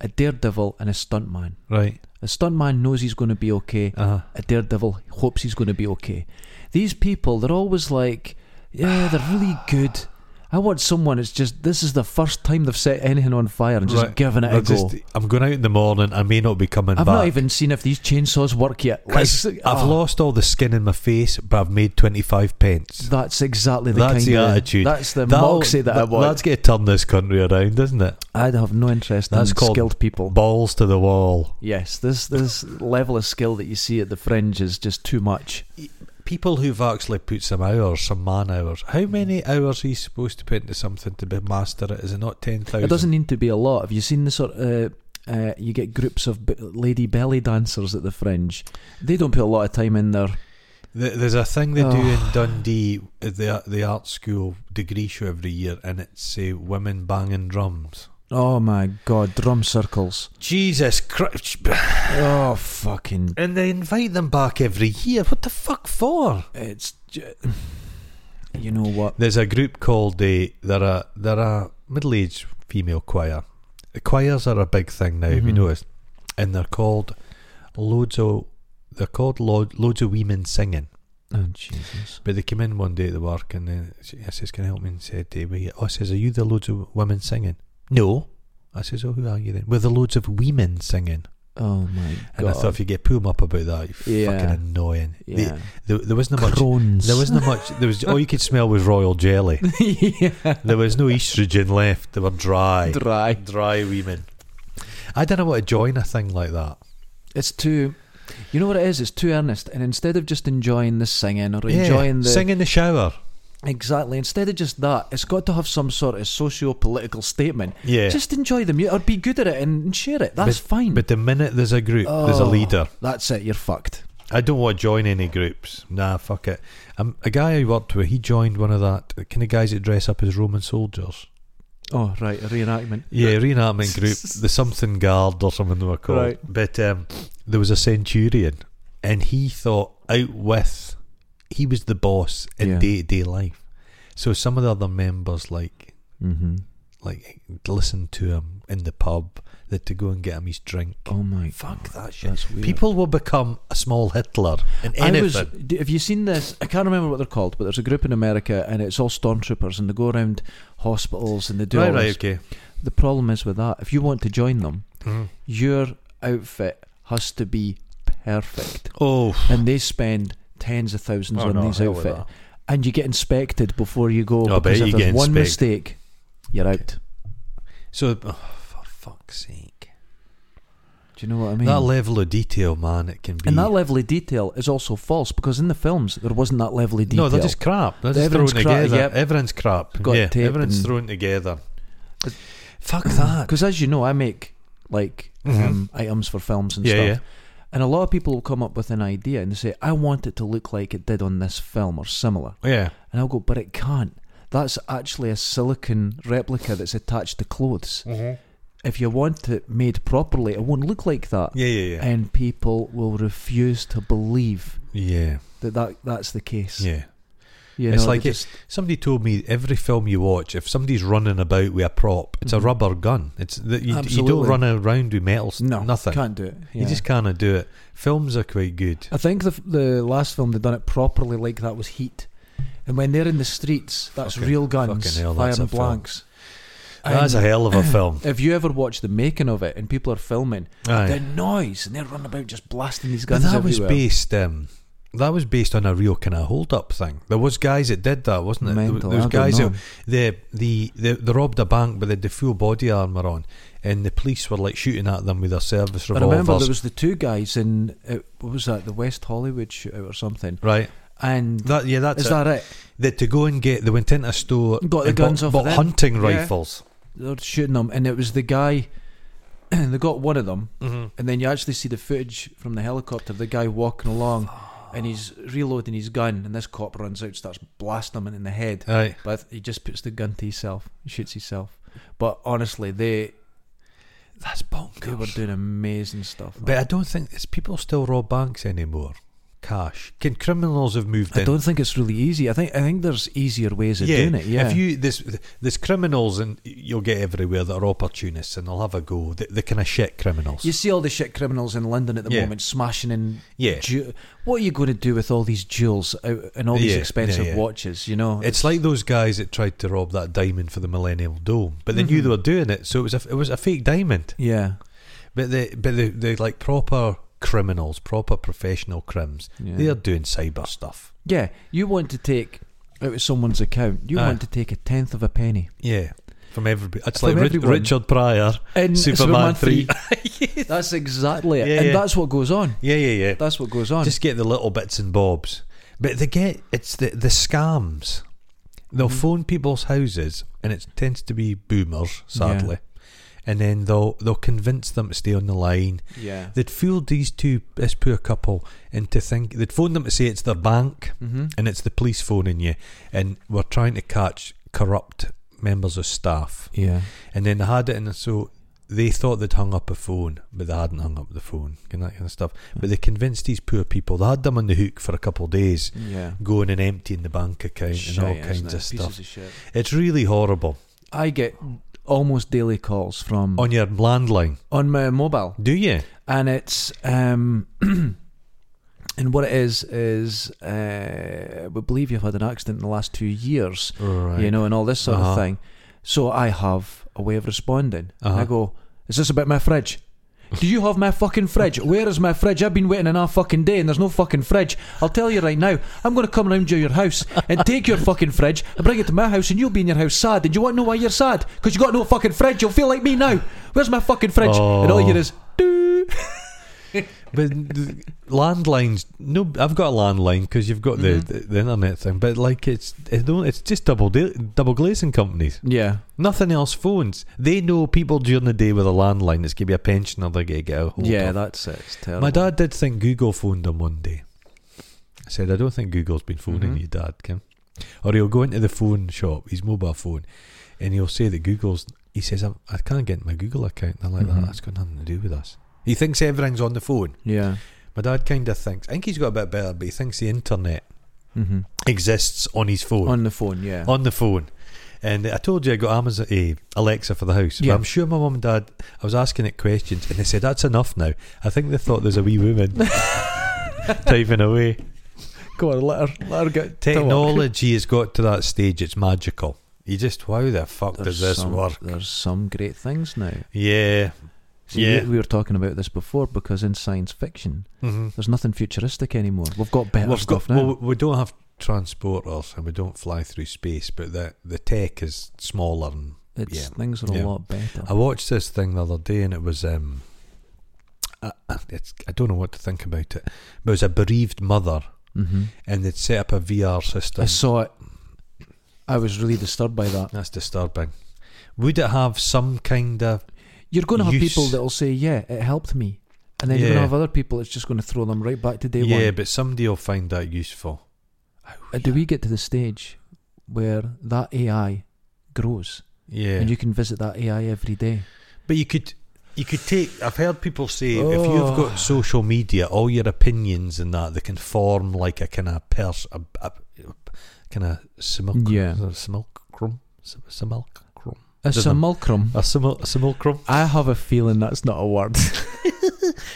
Speaker 1: a daredevil and a stuntman.
Speaker 2: Right.
Speaker 1: A stuntman knows he's going to be okay.
Speaker 2: Uh-huh.
Speaker 1: a daredevil hopes he's going to be okay. These people, they're always like, yeah, they're really good. I want someone that's just, this is the first time they've set anything on fire and just
Speaker 2: Right.
Speaker 1: giving it
Speaker 2: I'll
Speaker 1: a go.
Speaker 2: just- I'm going out in the morning. I may not be coming
Speaker 1: I've
Speaker 2: back.
Speaker 1: not even seen if these chainsaws work yet. Let's,
Speaker 2: I've
Speaker 1: Oh,
Speaker 2: lost all the skin in my face, but I've made 25 pence.
Speaker 1: That's exactly the
Speaker 2: That's
Speaker 1: kind
Speaker 2: the
Speaker 1: of
Speaker 2: attitude.
Speaker 1: That's the
Speaker 2: That'll-
Speaker 1: moxie that, I
Speaker 2: that-
Speaker 1: want.
Speaker 2: That's going to turn this country around, isn't it?
Speaker 1: I'd have no interest
Speaker 2: That's
Speaker 1: in
Speaker 2: called
Speaker 1: skilled people.
Speaker 2: Balls to the wall.
Speaker 1: Yes, this this level of skill that you see at the fringe is just too much.
Speaker 2: people who've actually put some hours, some man hours. How many hours are you supposed to put into something to be master it? Is it not ten thousand?
Speaker 1: It doesn't need to be a lot. Have you seen the sort of uh, you get groups of b- lady belly dancers at the fringe? They don't put a lot of time in their
Speaker 2: Th- There's a thing they do in
Speaker 1: Oh.
Speaker 2: Dundee, at the the art school degree show every year, and it's uh, women banging drums.
Speaker 1: Oh my god, drum circles.
Speaker 2: Jesus Christ!
Speaker 1: Oh fucking!
Speaker 2: And they invite them back every year. What the fuck for?
Speaker 1: It's j- you know what?
Speaker 2: There's a group called the they're a they're a middle aged female choir. The choirs are a big thing now, if you
Speaker 1: Mhm.
Speaker 2: notice, and they're called loads of they're called lo- loads of women singing.
Speaker 1: Oh Jesus!
Speaker 2: But they came in one day at the work and then she, I says, "Can I help me?" And said, eh, we, "Oh, I says, are you the loads of women singing?" No, I says, "Oh, who are you then?" We're the loads of women singing.
Speaker 1: Oh my
Speaker 2: And I
Speaker 1: god!
Speaker 2: thought if you get pulled up about that, you
Speaker 1: Yeah.
Speaker 2: fucking annoying. They-
Speaker 1: yeah.
Speaker 2: there, there wasn't much.
Speaker 1: Crones.
Speaker 2: There wasn't much. There was all you could smell was royal jelly.
Speaker 1: yeah.
Speaker 2: There was no estrogen left. They were dry.
Speaker 1: dry.
Speaker 2: Dry women. I don't know what to join a thing like that.
Speaker 1: It's too. You know what it is? It's too earnest. And instead of just enjoying the singing or enjoying the
Speaker 2: Sing in the shower.
Speaker 1: exactly, instead of just that, it's got to have some sort of socio-political statement.
Speaker 2: Yeah.
Speaker 1: Just enjoy the music or be good at it and and share it. That's fine.
Speaker 2: But the minute there's a group, there's a
Speaker 1: Oh,
Speaker 2: leader.
Speaker 1: that's it. You're fucked.
Speaker 2: I don't want to join any groups. Nah, fuck it. Um, a guy I worked with, he joined one of that the kind of guys that dress up as Roman soldiers.
Speaker 1: Oh right, a reenactment.
Speaker 2: Yeah, reenactment group, the something guard or something they were called.
Speaker 1: Right.
Speaker 2: But um, there was a centurion, and he thought out with, he was the boss in
Speaker 1: Yeah.
Speaker 2: day to day life. So some of the other members like
Speaker 1: Mm-hmm.
Speaker 2: like listened to him in the pub, that to go and get him his drink.
Speaker 1: Oh my
Speaker 2: Fuck that shit.
Speaker 1: That's weird.
Speaker 2: People will become a small Hitler in
Speaker 1: I
Speaker 2: anything.
Speaker 1: was. d- Have you seen this? I can't remember what they're called, but there's a group in America, and it's all stormtroopers, and they go around hospitals and they do
Speaker 2: right,
Speaker 1: all
Speaker 2: right,
Speaker 1: this.
Speaker 2: okay.
Speaker 1: The problem is with that. If you want to join them,
Speaker 2: Mhm.
Speaker 1: your outfit has to be perfect,
Speaker 2: Oh,
Speaker 1: and they spend tens of thousands
Speaker 2: oh,
Speaker 1: on
Speaker 2: no,
Speaker 1: these
Speaker 2: hell with
Speaker 1: outfit,
Speaker 2: that.
Speaker 1: and you get inspected before you go.
Speaker 2: Oh, I
Speaker 1: because
Speaker 2: bet
Speaker 1: if
Speaker 2: you
Speaker 1: there's
Speaker 2: get
Speaker 1: one
Speaker 2: inspected.
Speaker 1: mistake, you're out.
Speaker 2: So, oh, for fuck's sake.
Speaker 1: Do you know what I mean?
Speaker 2: That level of detail, man, it can be.
Speaker 1: and that level of detail is also false because in the films there wasn't that level of detail.
Speaker 2: No, they're just crap. They're just thrown
Speaker 1: Everyone's crap,
Speaker 2: together.
Speaker 1: yep.
Speaker 2: Everyone's crap.
Speaker 1: Got
Speaker 2: yeah,
Speaker 1: tape
Speaker 2: everyone's
Speaker 1: and-
Speaker 2: thrown together.
Speaker 1: But-
Speaker 2: Fuck that.
Speaker 1: Because as you know, I make like
Speaker 2: Mhm.
Speaker 1: um, items for films and
Speaker 2: Yeah,
Speaker 1: stuff,
Speaker 2: yeah.
Speaker 1: and a lot of people will come up with an idea and they say, "I want it to look like it did on this film or similar,"
Speaker 2: Oh, Yeah.
Speaker 1: and I'll go, "But it can't." That's actually a silicon replica that's attached to clothes. If you want it made properly, it won't look like that,
Speaker 2: Yeah, yeah, yeah.
Speaker 1: and people will refuse to believe
Speaker 2: yeah,
Speaker 1: that, that that's the case.
Speaker 2: yeah.
Speaker 1: You
Speaker 2: It's
Speaker 1: know,
Speaker 2: like
Speaker 1: they
Speaker 2: it-
Speaker 1: just-
Speaker 2: Somebody told me every film you watch, if somebody's running about with a prop, it's
Speaker 1: Mhm.
Speaker 2: a rubber gun. It's that you, you don't
Speaker 1: Absolutely.
Speaker 2: run around with metals.
Speaker 1: no,
Speaker 2: nothing.
Speaker 1: Can't do it.
Speaker 2: You
Speaker 1: yeah.
Speaker 2: just can't do it. Films are quite good.
Speaker 1: I think the f- the last film they done it properly like that was Heat, and when they're in the streets, that's
Speaker 2: Fucking-
Speaker 1: real guns
Speaker 2: fucking hell, that's
Speaker 1: firing
Speaker 2: a film.
Speaker 1: blanks.
Speaker 2: That's a
Speaker 1: And
Speaker 2: hell of a film.
Speaker 1: If you ever watch the making of it and people are filming, the
Speaker 2: Aye.
Speaker 1: noise and they're running about just blasting these
Speaker 2: But
Speaker 1: guns
Speaker 2: that was
Speaker 1: everywhere.
Speaker 2: based. Um, that was based on a real kind of hold up thing. There was guys that did that, wasn't it? There-
Speaker 1: Mental,
Speaker 2: there was
Speaker 1: I don't
Speaker 2: guys
Speaker 1: know.
Speaker 2: that they, the they, they robbed a bank, but they had the full body armor on, and the police were like shooting at them with their service
Speaker 1: I remember there
Speaker 2: revolvers.
Speaker 1: was the two guys in uh, what was that the West Hollywood shootout or something,
Speaker 2: Right.
Speaker 1: and
Speaker 2: That yeah, that's
Speaker 1: is
Speaker 2: it.
Speaker 1: that it?
Speaker 2: that to go and get they went into a store
Speaker 1: Got the
Speaker 2: and
Speaker 1: guns
Speaker 2: bought,
Speaker 1: off of
Speaker 2: bought
Speaker 1: them.
Speaker 2: hunting
Speaker 1: Yeah.
Speaker 2: rifles
Speaker 1: They're shooting them, and it was the guy. they got one of them,
Speaker 2: mm-hmm.
Speaker 1: and then you actually see the footage from the helicopter. The guy walking along, and he's reloading his gun, and this cop runs out, starts blasting him in the head.
Speaker 2: right
Speaker 1: But he just puts the gun to himself, he shoots himself. But honestly, they
Speaker 2: that's
Speaker 1: they were
Speaker 2: bonkers
Speaker 1: doing amazing stuff. man.
Speaker 2: but I don't think it's people still rob banks anymore cash can criminals have moved
Speaker 1: I
Speaker 2: in
Speaker 1: don't think it's really easy. I think I think there's easier ways of
Speaker 2: yeah,
Speaker 1: doing it. Yeah,
Speaker 2: if you this there's criminals and you'll get everywhere that are opportunists and they'll have a go. The, the kind of shit criminals.
Speaker 1: You see all the shit criminals in London at the
Speaker 2: Yeah.
Speaker 1: moment smashing in.
Speaker 2: Yeah.
Speaker 1: Ju- what are you going to do with all these jewels out and all these
Speaker 2: Yeah, yeah,
Speaker 1: expensive
Speaker 2: yeah.
Speaker 1: watches? You know,
Speaker 2: It's like those guys that tried to rob that diamond for the Millennium Dome, but they knew
Speaker 1: Mm-hmm.
Speaker 2: they were doing it, so it was a, it was a fake diamond.
Speaker 1: yeah,
Speaker 2: But they but they they like proper criminals, proper professional crims.
Speaker 1: Yeah.
Speaker 2: They're doing cyber stuff.
Speaker 1: yeah. You want to take out of someone's account. You
Speaker 2: Aye.
Speaker 1: want to take a tenth of a penny.
Speaker 2: Yeah, from everybody. It's
Speaker 1: From
Speaker 2: like Ri-
Speaker 1: everyone.
Speaker 2: Richard Pryor,
Speaker 1: In
Speaker 2: Superman, three.
Speaker 1: that's exactly it,
Speaker 2: Yeah,
Speaker 1: and
Speaker 2: yeah.
Speaker 1: that's what goes on.
Speaker 2: yeah, yeah, yeah.
Speaker 1: That's what goes on.
Speaker 2: Just get the little bits and bobs. But they get it's the the scams. They'll phone people's houses, and it tends to be boomers, sadly. And then they'll they'll convince them to stay on the line.
Speaker 1: yeah.
Speaker 2: They'd fooled these two, this poor couple, into think they'd phoned them to say it's their bank.
Speaker 1: mm-hmm.
Speaker 2: and it's the police phoning you, and we're trying to catch corrupt members of staff.
Speaker 1: Yeah.
Speaker 2: And then they had it, and so they thought they'd hung up a phone, but they hadn't hung up the phone, and that kind of stuff. But they convinced these poor people. They had them on the hook for a couple of days,
Speaker 1: Yeah.
Speaker 2: going and emptying the bank account and all kinds of stuff. It's really horrible
Speaker 1: I get almost daily calls from
Speaker 2: on your landline.
Speaker 1: on my mobile.
Speaker 2: Do you?
Speaker 1: and it's um and what it is is uh we believe you've had an accident in the last two years
Speaker 2: Right.
Speaker 1: you know and all this sort
Speaker 2: Uh-huh.
Speaker 1: of thing so i have a way of responding And
Speaker 2: Uh-huh.
Speaker 1: i go is this about my fridge do you have my fucking fridge? Where is my fridge? I've been waiting an half fucking day and there's no fucking fridge. I'll tell you right now, I'm going to come round to your house and take your fucking fridge and bring it to my house and you'll be in your house sad. And you want to know why you're sad? Because you got no fucking fridge. You'll feel like me now. Where's my fucking fridge? And all you hear
Speaker 2: Oh.
Speaker 1: is, doo.
Speaker 2: But th- landlines, no, I've got a landline because you've got the,
Speaker 1: Mhm.
Speaker 2: the the internet thing. But like, it's it don't, it's just double da- double glazing companies.
Speaker 1: Yeah.
Speaker 2: Nothing else. Phones. They know people during the day with a landline. It's gonna be a pensioner they get get a hold
Speaker 1: Yeah,
Speaker 2: of.
Speaker 1: that's it. It's terrible.
Speaker 2: My dad did think Google phoned him one day. I said, I don't think Google's been phoning
Speaker 1: Mhm.
Speaker 2: you, Dad, Kim. Or he'll go into the phone shop, his mobile phone, and he'll say that Google's. He says, I'm, I can't get my Google account. And I'm like,
Speaker 1: Mhm.
Speaker 2: that. that's got nothing to do with us. He thinks everything's on the phone.
Speaker 1: Yeah.
Speaker 2: My dad kind of thinks. I think he's got a bit better, but he thinks the internet
Speaker 1: Mm-hmm.
Speaker 2: exists on his phone, on,
Speaker 1: On the phone, yeah.
Speaker 2: the phone. And I told you I got Amazon eh, Alexa for the house.
Speaker 1: Yeah.
Speaker 2: But I'm sure my mum and dad. I was asking it questions, and they said that's enough now. I think they thought there's a wee woman typing away.
Speaker 1: Go on, let her, let her get
Speaker 2: Technology has got to that stage; it's magical. You just how the fuck does this
Speaker 1: some,
Speaker 2: work?
Speaker 1: There's some great things now.
Speaker 2: Yeah,
Speaker 1: See,
Speaker 2: Yeah.
Speaker 1: we, we were talking about this before because in science fiction,
Speaker 2: mm-hmm.
Speaker 1: there's nothing futuristic anymore. We've got better
Speaker 2: We've
Speaker 1: stuff
Speaker 2: got-
Speaker 1: now.
Speaker 2: Well, we don't have transporters and we don't fly through space, but the the tech is smaller and
Speaker 1: it's,
Speaker 2: yeah,
Speaker 1: Things are
Speaker 2: yeah.
Speaker 1: a
Speaker 2: Uh,
Speaker 1: lot better.
Speaker 2: I watched this thing the other day, and it was um, I, I- it's, I don't know what to think about it, but it was a bereaved mother,
Speaker 1: mm-hmm.
Speaker 2: and they'd set up a VR system.
Speaker 1: I saw it. I was really disturbed by that.
Speaker 2: That's disturbing. Would it have some kind of?
Speaker 1: You're going to have
Speaker 2: Use.
Speaker 1: people that will say, yeah, it helped me. And then you're going
Speaker 2: Yeah.
Speaker 1: to have other people that's just going to throw them right back to day
Speaker 2: yeah,
Speaker 1: one.
Speaker 2: but somebody will find that useful. Oh,
Speaker 1: Uh, Do we get to the stage where that AI grows
Speaker 2: Yeah,
Speaker 1: and you can visit that AI every day?
Speaker 2: but you could. You could take. I've heard people say if
Speaker 1: Oh.
Speaker 2: you've got social media, all your opinions and that they can form like a kind of pers- a, a, kind of simulacrum.
Speaker 1: Yeah.
Speaker 2: is it Simulacrum. Sim- Simulacrum.
Speaker 1: A
Speaker 2: Doesn't-
Speaker 1: simulacrum.
Speaker 2: A simul- a simulacrum.
Speaker 1: I have a feeling that's not a word.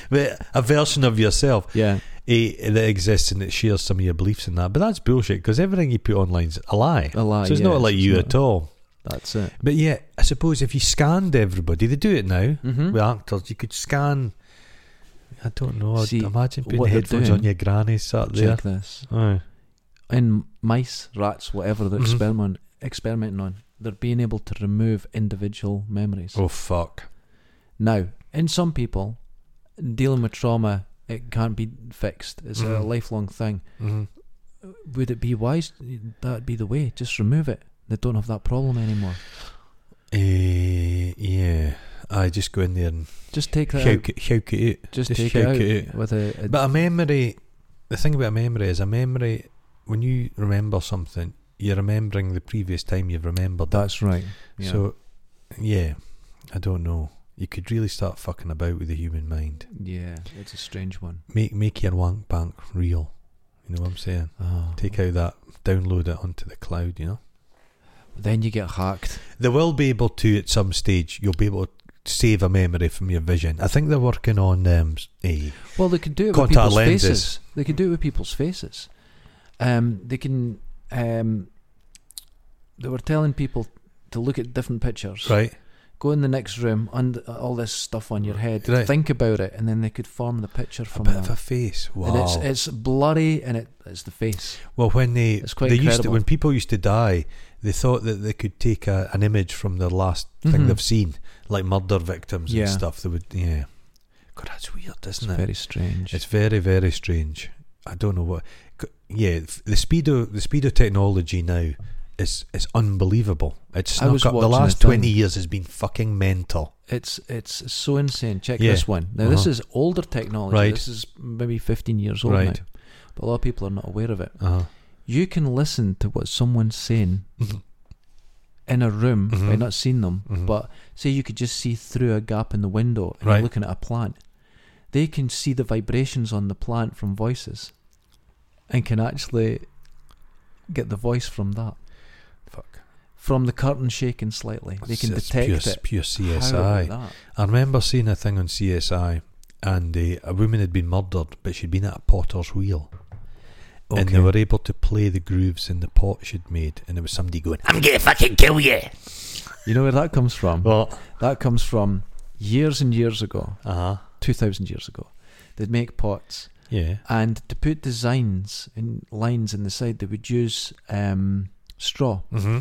Speaker 2: But A version of yourself
Speaker 1: yeah.
Speaker 2: eh, that exists and that shares some of your beliefs and that. But that's bullshit because everything you put online's a lie.
Speaker 1: A lie.
Speaker 2: so it's
Speaker 1: yeah,
Speaker 2: not like
Speaker 1: Ah, it's
Speaker 2: you
Speaker 1: not-
Speaker 2: at all.
Speaker 1: That's it.
Speaker 2: But yeah, I suppose if you scanned everybody, they do it now
Speaker 1: Mm-hmm.
Speaker 2: with actors. You could scan. I don't know. I'd
Speaker 1: See,
Speaker 2: imagine putting
Speaker 1: what they're
Speaker 2: headphones
Speaker 1: doing-
Speaker 2: on your granny sat there.
Speaker 1: check this.
Speaker 2: Aye.
Speaker 1: In mice, rats, whatever they're
Speaker 2: Mhm.
Speaker 1: experiment, experimenting on, they're being able to remove individual memories.
Speaker 2: Oh fuck!
Speaker 1: Now, in some people, dealing with trauma, it can't be fixed. It's a
Speaker 2: Mhm.
Speaker 1: lifelong thing.
Speaker 2: Mhm.
Speaker 1: Would it be wise? That'd be the way. Just remove it. They don't have that problem anymore.
Speaker 2: Eh, yeah, I just go in there and
Speaker 1: Just take that.
Speaker 2: shout
Speaker 1: Out.
Speaker 2: it, shout it out.
Speaker 1: Just,
Speaker 2: just
Speaker 1: take it
Speaker 2: shout
Speaker 1: out,
Speaker 2: it out.
Speaker 1: with a. a
Speaker 2: But a memory, the thing about a memory is a memory. When you remember something, you're remembering the previous time you've remembered that.
Speaker 1: that's right. Yeah.
Speaker 2: So, yeah, I don't know. You could really start fucking about with the human mind.
Speaker 1: yeah, it's a strange one.
Speaker 2: Make make your wank bank real. You know what I'm saying?
Speaker 1: Oh.
Speaker 2: Take out that, download it onto the cloud. You know.
Speaker 1: Then you get hacked.
Speaker 2: They will be able to at some stage. You'll be able to save a memory from your vision. I think they're working on um, s- eh,
Speaker 1: Well, they can do it
Speaker 2: Contact
Speaker 1: with people's
Speaker 2: lenses.
Speaker 1: faces. They can do it with people's faces. Um, they can. Um, they were telling people to look at different pictures.
Speaker 2: right.
Speaker 1: Go in the next room, and all this stuff on your head.
Speaker 2: Right.
Speaker 1: Think about it, and then they could form the picture
Speaker 2: A
Speaker 1: from
Speaker 2: bit of
Speaker 1: that.
Speaker 2: a face. Wow.
Speaker 1: And it's it's blurry, and it it's the face.
Speaker 2: well, when they
Speaker 1: It's quite
Speaker 2: they used to,
Speaker 1: incredible.
Speaker 2: when people used to die, they thought that they could take a, an image from their last
Speaker 1: Mhm.
Speaker 2: thing they've seen, like murder victims
Speaker 1: Yeah.
Speaker 2: and stuff. They would, yeah. God, that's weird,
Speaker 1: It's
Speaker 2: isn't it?
Speaker 1: very strange.
Speaker 2: It's very, very strange. I don't know what. c- Yeah, f- the speedo, the speedo technology now is is unbelievable. It's
Speaker 1: I was
Speaker 2: snuck up. The
Speaker 1: watching a
Speaker 2: last
Speaker 1: thing.
Speaker 2: twenty years has been fucking mental.
Speaker 1: It's it's so insane. Check
Speaker 2: Yeah.
Speaker 1: this one. Now this
Speaker 2: Uh-huh.
Speaker 1: is older technology.
Speaker 2: Right.
Speaker 1: This is maybe 15 years old
Speaker 2: Right.
Speaker 1: now, but a lot of people are not aware of it.
Speaker 2: Uh-huh.
Speaker 1: You can listen to what someone's saying
Speaker 2: Mm-hmm.
Speaker 1: in a room
Speaker 2: Mhm.
Speaker 1: by not seeing them,
Speaker 2: Mhm.
Speaker 1: but say you could just see through a gap in the window and
Speaker 2: Right.
Speaker 1: you're looking at a plant. They can see the vibrations on the plant from voices, and can actually get the voice from that,
Speaker 2: Fuck.
Speaker 1: from the curtain shaking slightly. They can
Speaker 2: It's- it's
Speaker 1: detect
Speaker 2: pure,
Speaker 1: it.
Speaker 2: Pure
Speaker 1: How about
Speaker 2: CSI.
Speaker 1: that?
Speaker 2: I remember seeing a thing on CSI, and uh, a woman had been murdered, but she'd been at a potter's wheel, and they
Speaker 1: Okay.
Speaker 2: were able to play the grooves in the pot she'd made, and there was somebody going, "I'm gonna fucking kill you."
Speaker 1: You know where that comes from?
Speaker 2: Well,
Speaker 1: That comes from years and years ago,
Speaker 2: uh huh,
Speaker 1: 2,000 years ago. They'd make pots,
Speaker 2: yeah,
Speaker 1: and to put designs and lines in the side, they would use um, straw.
Speaker 2: mm-hmm.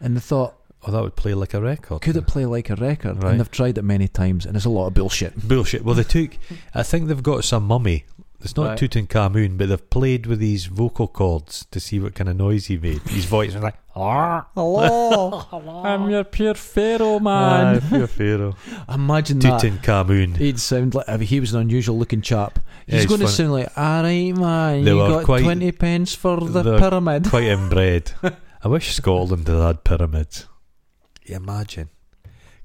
Speaker 1: And they thought,
Speaker 2: Oh, that would play like a record.
Speaker 1: could it play like a record?
Speaker 2: Right.
Speaker 1: And they've tried it many times, and it's a lot of bullshit.
Speaker 2: Bullshit. Well, they took. I think they've got some mummy. It's not
Speaker 1: Right.
Speaker 2: Tutankhamun, but they've played with these vocal cords to see what kind of noise he made. His voice was like, "Ah,
Speaker 1: Hello, I'm your pure pharaoh, man.
Speaker 2: you're Pharaoh."
Speaker 1: Imagine that.
Speaker 2: Tutankhamun.
Speaker 1: He'd sound like if he was an unusual looking chap.
Speaker 2: Yeah,
Speaker 1: He's
Speaker 2: he's
Speaker 1: going to
Speaker 2: funny.
Speaker 1: sound like, all right, man,
Speaker 2: They
Speaker 1: you
Speaker 2: were
Speaker 1: got
Speaker 2: quite-
Speaker 1: twenty pence for the
Speaker 2: they're
Speaker 1: pyramid.
Speaker 2: Quite inbred. I wish Scotland had had pyramids. You imagine.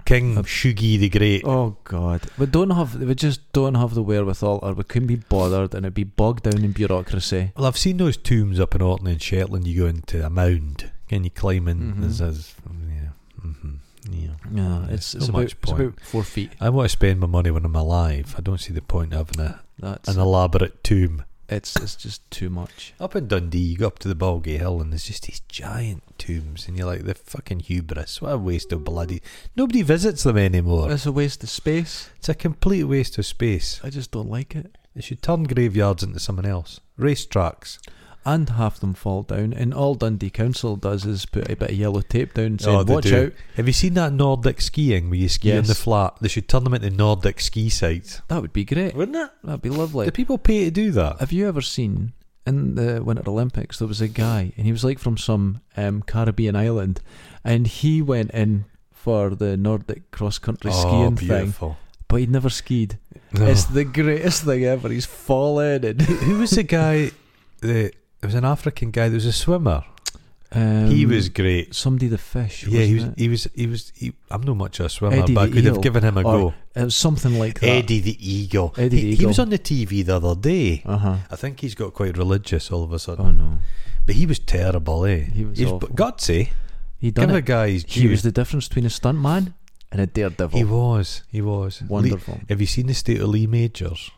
Speaker 2: King Shugi the Great.
Speaker 1: Oh God, we don't have, we just don't have the wherewithal, or we couldn't be bothered, and it'd be bogged down in bureaucracy.
Speaker 2: Well, I've seen those tombs up in Orton in Shetland. You go into a mound and you climb in.
Speaker 1: Mhm.
Speaker 2: There's, there's, yeah, hmm yeah.
Speaker 1: Yeah, it's
Speaker 2: so
Speaker 1: it's, about,
Speaker 2: much
Speaker 1: it's
Speaker 2: point.
Speaker 1: about four feet.
Speaker 2: I want to spend my money when I'm alive. I don't see the point of having a,
Speaker 1: That's
Speaker 2: an elaborate tomb.
Speaker 1: it's it's just too much.
Speaker 2: Up in Dundee, you go up to the Balgay Hill and there's just these giant tombs, and you're like, the fucking hubris. What a waste of bloody. Nobody visits them anymore.
Speaker 1: It's a waste of space.
Speaker 2: It's a complete waste of space.
Speaker 1: I just don't like it.
Speaker 2: They should turn graveyards into something else. Race tracks.
Speaker 1: And have them fall down. And all Dundee Council does is put a bit of yellow tape down and say,
Speaker 2: Oh, they
Speaker 1: "Watch
Speaker 2: do.
Speaker 1: out."
Speaker 2: Have you seen that Nordic skiing where you ski on the
Speaker 1: Yes.
Speaker 2: flat? They should turn them into Nordic ski sites.
Speaker 1: That would be great.
Speaker 2: Wouldn't it?
Speaker 1: That'd be lovely.
Speaker 2: Do people pay to do that?
Speaker 1: Have you ever seen in the Winter Olympics there was a guy and he was like from some um, Caribbean island and he went in for the Nordic cross country
Speaker 2: oh,
Speaker 1: skiing thing
Speaker 2: beautiful.
Speaker 1: but he'd never skied.
Speaker 2: No.
Speaker 1: It's the greatest thing ever. He's fallen and
Speaker 2: Who was the guy? The it was an African guy. There was a swimmer.
Speaker 1: um,
Speaker 2: he was great.
Speaker 1: somebody the fish.
Speaker 2: Yeah, he was,
Speaker 1: wasn't
Speaker 2: he was. He was. He I'm not much of a swimmer,
Speaker 1: Eddie
Speaker 2: but I
Speaker 1: the
Speaker 2: could
Speaker 1: Eel.
Speaker 2: have given him a
Speaker 1: Or
Speaker 2: go.
Speaker 1: It? It was something like that.
Speaker 2: Eddie the Eagle.
Speaker 1: Eddie
Speaker 2: he,
Speaker 1: the
Speaker 2: he
Speaker 1: Eagle.
Speaker 2: was on the TV the other day.
Speaker 1: Uh huh.
Speaker 2: I think he's got quite religious all of a sudden.
Speaker 1: Oh no.
Speaker 2: But he was terrible, eh?
Speaker 1: He was
Speaker 2: He's
Speaker 1: awful.
Speaker 2: gutsy.
Speaker 1: He
Speaker 2: Give
Speaker 1: done
Speaker 2: a
Speaker 1: it.
Speaker 2: guy his
Speaker 1: He
Speaker 2: due.
Speaker 1: was the difference between a stuntman and a daredevil.
Speaker 2: He was. He was. Lee-
Speaker 1: Wonderful.
Speaker 2: have you seen the state of Lee Majors?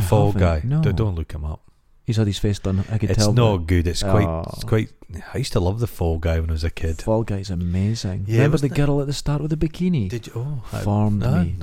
Speaker 1: I
Speaker 2: fall
Speaker 1: haven't,
Speaker 2: guy.
Speaker 1: No.
Speaker 2: D- don't look him up.
Speaker 1: He's had his face done. I could
Speaker 2: It's
Speaker 1: tell.
Speaker 2: not good. It's quite. It's
Speaker 1: Oh.
Speaker 2: quite. I used to love the fall guy when I was a
Speaker 1: that
Speaker 2: kid.
Speaker 1: Fall Guy's amazing.
Speaker 2: Yeah,
Speaker 1: Remember the
Speaker 2: wasn't it?
Speaker 1: girl at the start with the bikini?
Speaker 2: Did you? Oh, I,
Speaker 1: Formed
Speaker 2: I,
Speaker 1: me.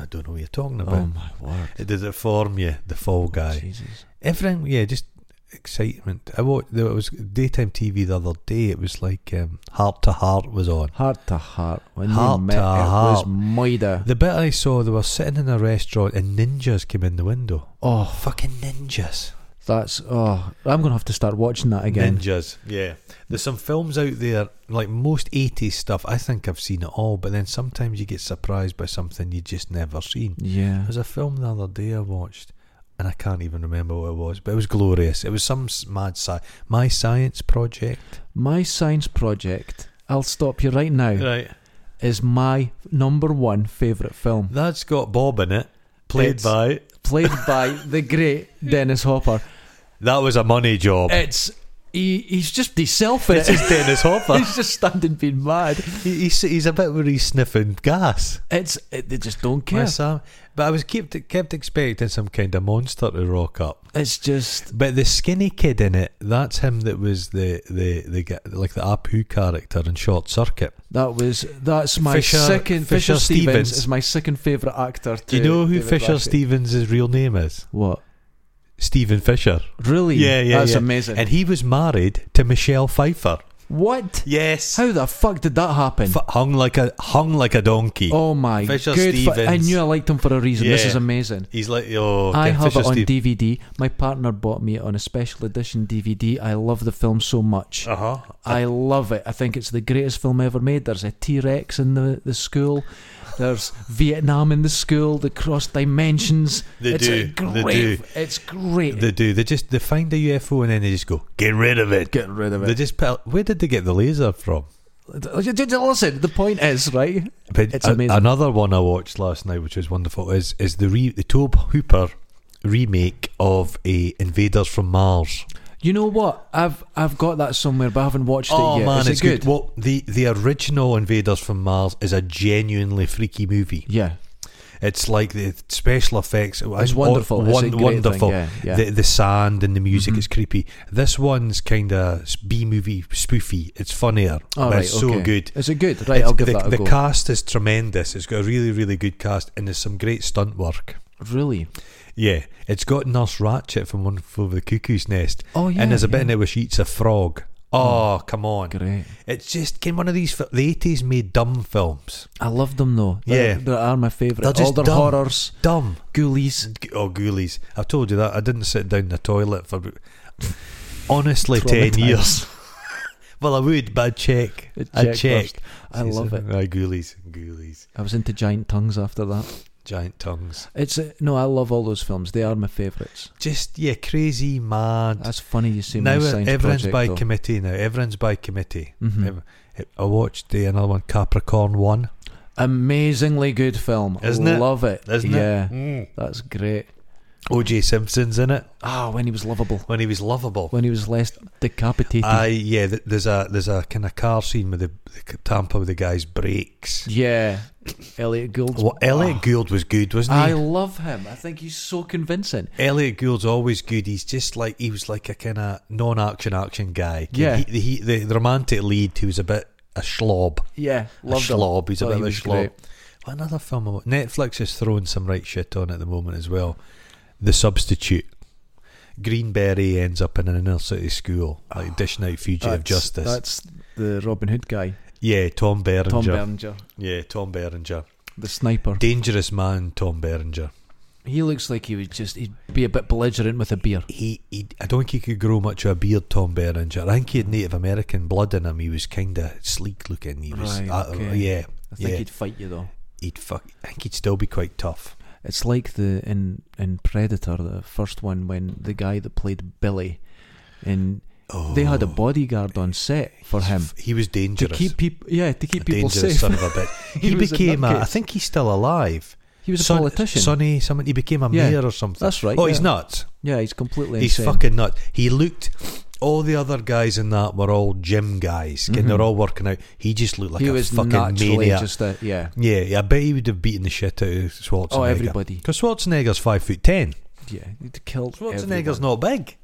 Speaker 2: I don't know what you're talking
Speaker 1: oh
Speaker 2: about.
Speaker 1: my word.
Speaker 2: It Did it form you? The fall guy.
Speaker 1: Jesus.
Speaker 2: Everything, yeah, just excitement. I watched. There was daytime TV the other day. It was like um, Heart to Heart was on.
Speaker 1: Heart to heart. When
Speaker 2: Heart
Speaker 1: they met,
Speaker 2: to
Speaker 1: it was
Speaker 2: heart.
Speaker 1: moida.
Speaker 2: The bit I saw, they were sitting in a restaurant and ninjas came in the window.
Speaker 1: oh,
Speaker 2: Fucking ninjas!
Speaker 1: that's oh. I'm gonna have to start watching that again.
Speaker 2: Ninjas. Yeah. There's some films out there, like most 80s stuff. I think I've seen it all, but then sometimes you get surprised by something you just never seen.
Speaker 1: Yeah.
Speaker 2: There was a film the other day I watched, and I can't even remember what it was, but it was glorious. It was some s- mad sci- my science project.
Speaker 1: My science project. I'll stop you right now.
Speaker 2: Right.
Speaker 1: Is my number one favorite film,
Speaker 2: That's got Bob in it, played
Speaker 1: It's-
Speaker 2: by.
Speaker 1: played by the great Dennis Hopper.
Speaker 2: That was a money job.
Speaker 1: It's he, he's just he's selfish.
Speaker 2: This is Dennis Hopper.
Speaker 1: he's just standing being mad.
Speaker 2: He- he's, he's a bit where he's sniffing gas.
Speaker 1: It's it, they just don't
Speaker 2: My
Speaker 1: care.
Speaker 2: Sam- But I was kept kept expecting some kind of monster to rock up.
Speaker 1: It's just
Speaker 2: But the skinny kid in it, that's him that was the the, the g- like the Apu character in Short Circuit.
Speaker 1: that was that's my
Speaker 2: Fisher-
Speaker 1: second
Speaker 2: Fisher
Speaker 1: Fisher, Stevens,
Speaker 2: Stevens.
Speaker 1: is my second favorite actor.
Speaker 2: Do you
Speaker 1: to
Speaker 2: know who
Speaker 1: David
Speaker 2: Fisher
Speaker 1: Blackman.
Speaker 2: Stevens' real name is?
Speaker 1: What
Speaker 2: Stephen Fisher.
Speaker 1: really?
Speaker 2: Yeah, yeah,
Speaker 1: That's
Speaker 2: yeah.
Speaker 1: amazing.
Speaker 2: And he was married to Michelle Pfeiffer.
Speaker 1: what?
Speaker 2: Yes.
Speaker 1: How the fuck did that happen?
Speaker 2: F- hung like a hung like a donkey.
Speaker 1: oh my
Speaker 2: Fisher
Speaker 1: good! fu- I
Speaker 2: Stevens.
Speaker 1: knew I liked him for a reason. This
Speaker 2: Yeah.
Speaker 1: is amazing.
Speaker 2: He's like oh,
Speaker 1: I
Speaker 2: okay,
Speaker 1: have
Speaker 2: Fisher
Speaker 1: it on
Speaker 2: Stevens.
Speaker 1: DVD. My partner bought me it on a special edition DVD. I love the film so much.
Speaker 2: Uh huh.
Speaker 1: I love it. I think it's the greatest film ever made. There's a T Rex in the, the school. There's Vietnam in the school. They cross dimensions.
Speaker 2: They
Speaker 1: it's a
Speaker 2: do. They
Speaker 1: great.
Speaker 2: do.
Speaker 1: It's great.
Speaker 2: They do. They just they find a UFO and then they just go get rid of it.
Speaker 1: Get rid of
Speaker 2: They
Speaker 1: it.
Speaker 2: just put, where did they get the laser from?
Speaker 1: Listen, the point is right.
Speaker 2: But
Speaker 1: It's
Speaker 2: a-
Speaker 1: amazing.
Speaker 2: Another one I watched last night, which was wonderful, is is the re- the Tobe Hooper remake of a Invaders from Mars.
Speaker 1: You know what? I've I've got that somewhere, but I haven't watched
Speaker 2: Oh,
Speaker 1: it yet. is it Oh, good?
Speaker 2: Well, the the original Invaders from Mars is a genuinely freaky movie.
Speaker 1: Yeah,
Speaker 2: It's like the special effects.
Speaker 1: it's wonderful.
Speaker 2: won-
Speaker 1: it's a great Thing.
Speaker 2: wonderful.
Speaker 1: Yeah, yeah. Mm-hmm.
Speaker 2: The the sand and the music is creepy. This one's kind of B movie spoofy. It's funnier.
Speaker 1: All
Speaker 2: but
Speaker 1: right,
Speaker 2: it's so
Speaker 1: okay.
Speaker 2: good.
Speaker 1: Is it good? Right,
Speaker 2: It's-
Speaker 1: I'll give
Speaker 2: the,
Speaker 1: that a
Speaker 2: the
Speaker 1: go.
Speaker 2: cast is tremendous. It's got a really, really good cast, and there's some great stunt work.
Speaker 1: really?
Speaker 2: Yeah, it's got Nurse Ratchet from One Flew Over the Cuckoo's Nest,
Speaker 1: Oh yeah.
Speaker 2: and there's a bit
Speaker 1: yeah.
Speaker 2: in it where she eats a frog. Oh, come on!
Speaker 1: Great.
Speaker 2: It's just can one of these fi- the eighties made dumb films.
Speaker 1: I love them though. They're-
Speaker 2: Yeah.
Speaker 1: they are my favorite.
Speaker 2: They're just
Speaker 1: All their
Speaker 2: dumb.
Speaker 1: horrors,
Speaker 2: Dumb.
Speaker 1: ghoulies.
Speaker 2: G- Oh, ghoulies! I've told you that. I didn't sit down in the toilet for about- honestly ten
Speaker 1: Traumatised.
Speaker 2: years. well, I would, but I'd check.
Speaker 1: It
Speaker 2: I'd check.
Speaker 1: checked I love it.
Speaker 2: Ah, ghoulies, ghoulies,
Speaker 1: I was into giant tongues after that.
Speaker 2: giant tongues.
Speaker 1: It's uh, no, I love all those films. They are my favourites.
Speaker 2: Just yeah, crazy, mad.
Speaker 1: That's funny you say.
Speaker 2: now uh,
Speaker 1: my science
Speaker 2: everyone's
Speaker 1: project,
Speaker 2: by
Speaker 1: though.
Speaker 2: committee. Now everyone's by committee.
Speaker 1: Mhm.
Speaker 2: Ev- I watched the another one, Capricorn One.
Speaker 1: Amazingly good film.
Speaker 2: Isn't it?
Speaker 1: Love it.
Speaker 2: Isn't
Speaker 1: yeah.
Speaker 2: it? Mm.
Speaker 1: that's great.
Speaker 2: OJ Simpson's in it
Speaker 1: Ah, when he was lovable.
Speaker 2: when he was lovable.
Speaker 1: When he was less decapitated.
Speaker 2: I yeah, th- there's a there's a kind of car scene with the, the Tampa with the guy's brakes.
Speaker 1: yeah, Elliot Gould's.
Speaker 2: Well, Elliot Gould was good, wasn't
Speaker 1: Ah. I
Speaker 2: he?
Speaker 1: love him. I think he's so convincing.
Speaker 2: Elliot Gould's always good. He's just like he was like a kind of non-action action guy.
Speaker 1: Yeah.
Speaker 2: he, the- he, the, the romantic lead who was a bit a schlob.
Speaker 1: Yeah,
Speaker 2: a
Speaker 1: loved him.
Speaker 2: schlob. He's a
Speaker 1: Thought
Speaker 2: bit
Speaker 1: he
Speaker 2: of a
Speaker 1: was
Speaker 2: schlob.
Speaker 1: great.
Speaker 2: What another film? I wa- Netflix is throwing some right shit on at the moment as well. The Substitute. Greenberry ends up in an inner city school, like dishing out fugitive
Speaker 1: Ah, That's-
Speaker 2: justice.
Speaker 1: That's the Robin Hood guy,
Speaker 2: yeah, Tom Berenger.
Speaker 1: Tom Berenger,
Speaker 2: yeah, Tom Berenger.
Speaker 1: the sniper.
Speaker 2: Dangerous man, Tom Berenger.
Speaker 1: He looks like he would just he'd be a bit belligerent with a beer.
Speaker 2: He, he, I don't think he could grow much of a beard, Tom Berenger. I think he had
Speaker 1: Mm.
Speaker 2: Native American blood in him. He was kind of sleek looking. He was,
Speaker 1: Right,
Speaker 2: uh,
Speaker 1: okay.
Speaker 2: yeah,
Speaker 1: I think
Speaker 2: Yeah.
Speaker 1: he'd fight you though.
Speaker 2: he'd fuck. I think he'd still be quite tough.
Speaker 1: It's like the in in Predator, the first one when the guy that played Billy, and
Speaker 2: Oh,
Speaker 1: they had a bodyguard on set for him
Speaker 2: He was
Speaker 1: to
Speaker 2: dangerous.
Speaker 1: keep people yeah to keep
Speaker 2: A
Speaker 1: people
Speaker 2: dangerous
Speaker 1: safe.
Speaker 2: son of a bitch.
Speaker 1: He
Speaker 2: he
Speaker 1: was a
Speaker 2: became a, I
Speaker 1: nutcase.
Speaker 2: think he's still alive.
Speaker 1: He was a
Speaker 2: Son-
Speaker 1: politician.
Speaker 2: Sonny, someone. He became a
Speaker 1: Yeah.
Speaker 2: mayor or something.
Speaker 1: That's right.
Speaker 2: oh,
Speaker 1: yeah.
Speaker 2: he's nuts.
Speaker 1: Yeah, he's completely
Speaker 2: He's
Speaker 1: insane.
Speaker 2: fucking nuts. He looked. all the other guys in that were all gym guys, and they're all working out. He just looked like
Speaker 1: Mm-hmm. he
Speaker 2: a
Speaker 1: was
Speaker 2: fucking
Speaker 1: naturally
Speaker 2: maniac.
Speaker 1: just a yeah.
Speaker 2: Yeah, yeah, I bet he would have beaten the shit out of Schwarzenegger.
Speaker 1: Oh, everybody.
Speaker 2: Because Schwarzenegger's five foot ten.
Speaker 1: Yeah, he'd killed
Speaker 2: Schwarzenegger's
Speaker 1: everyone.
Speaker 2: not big.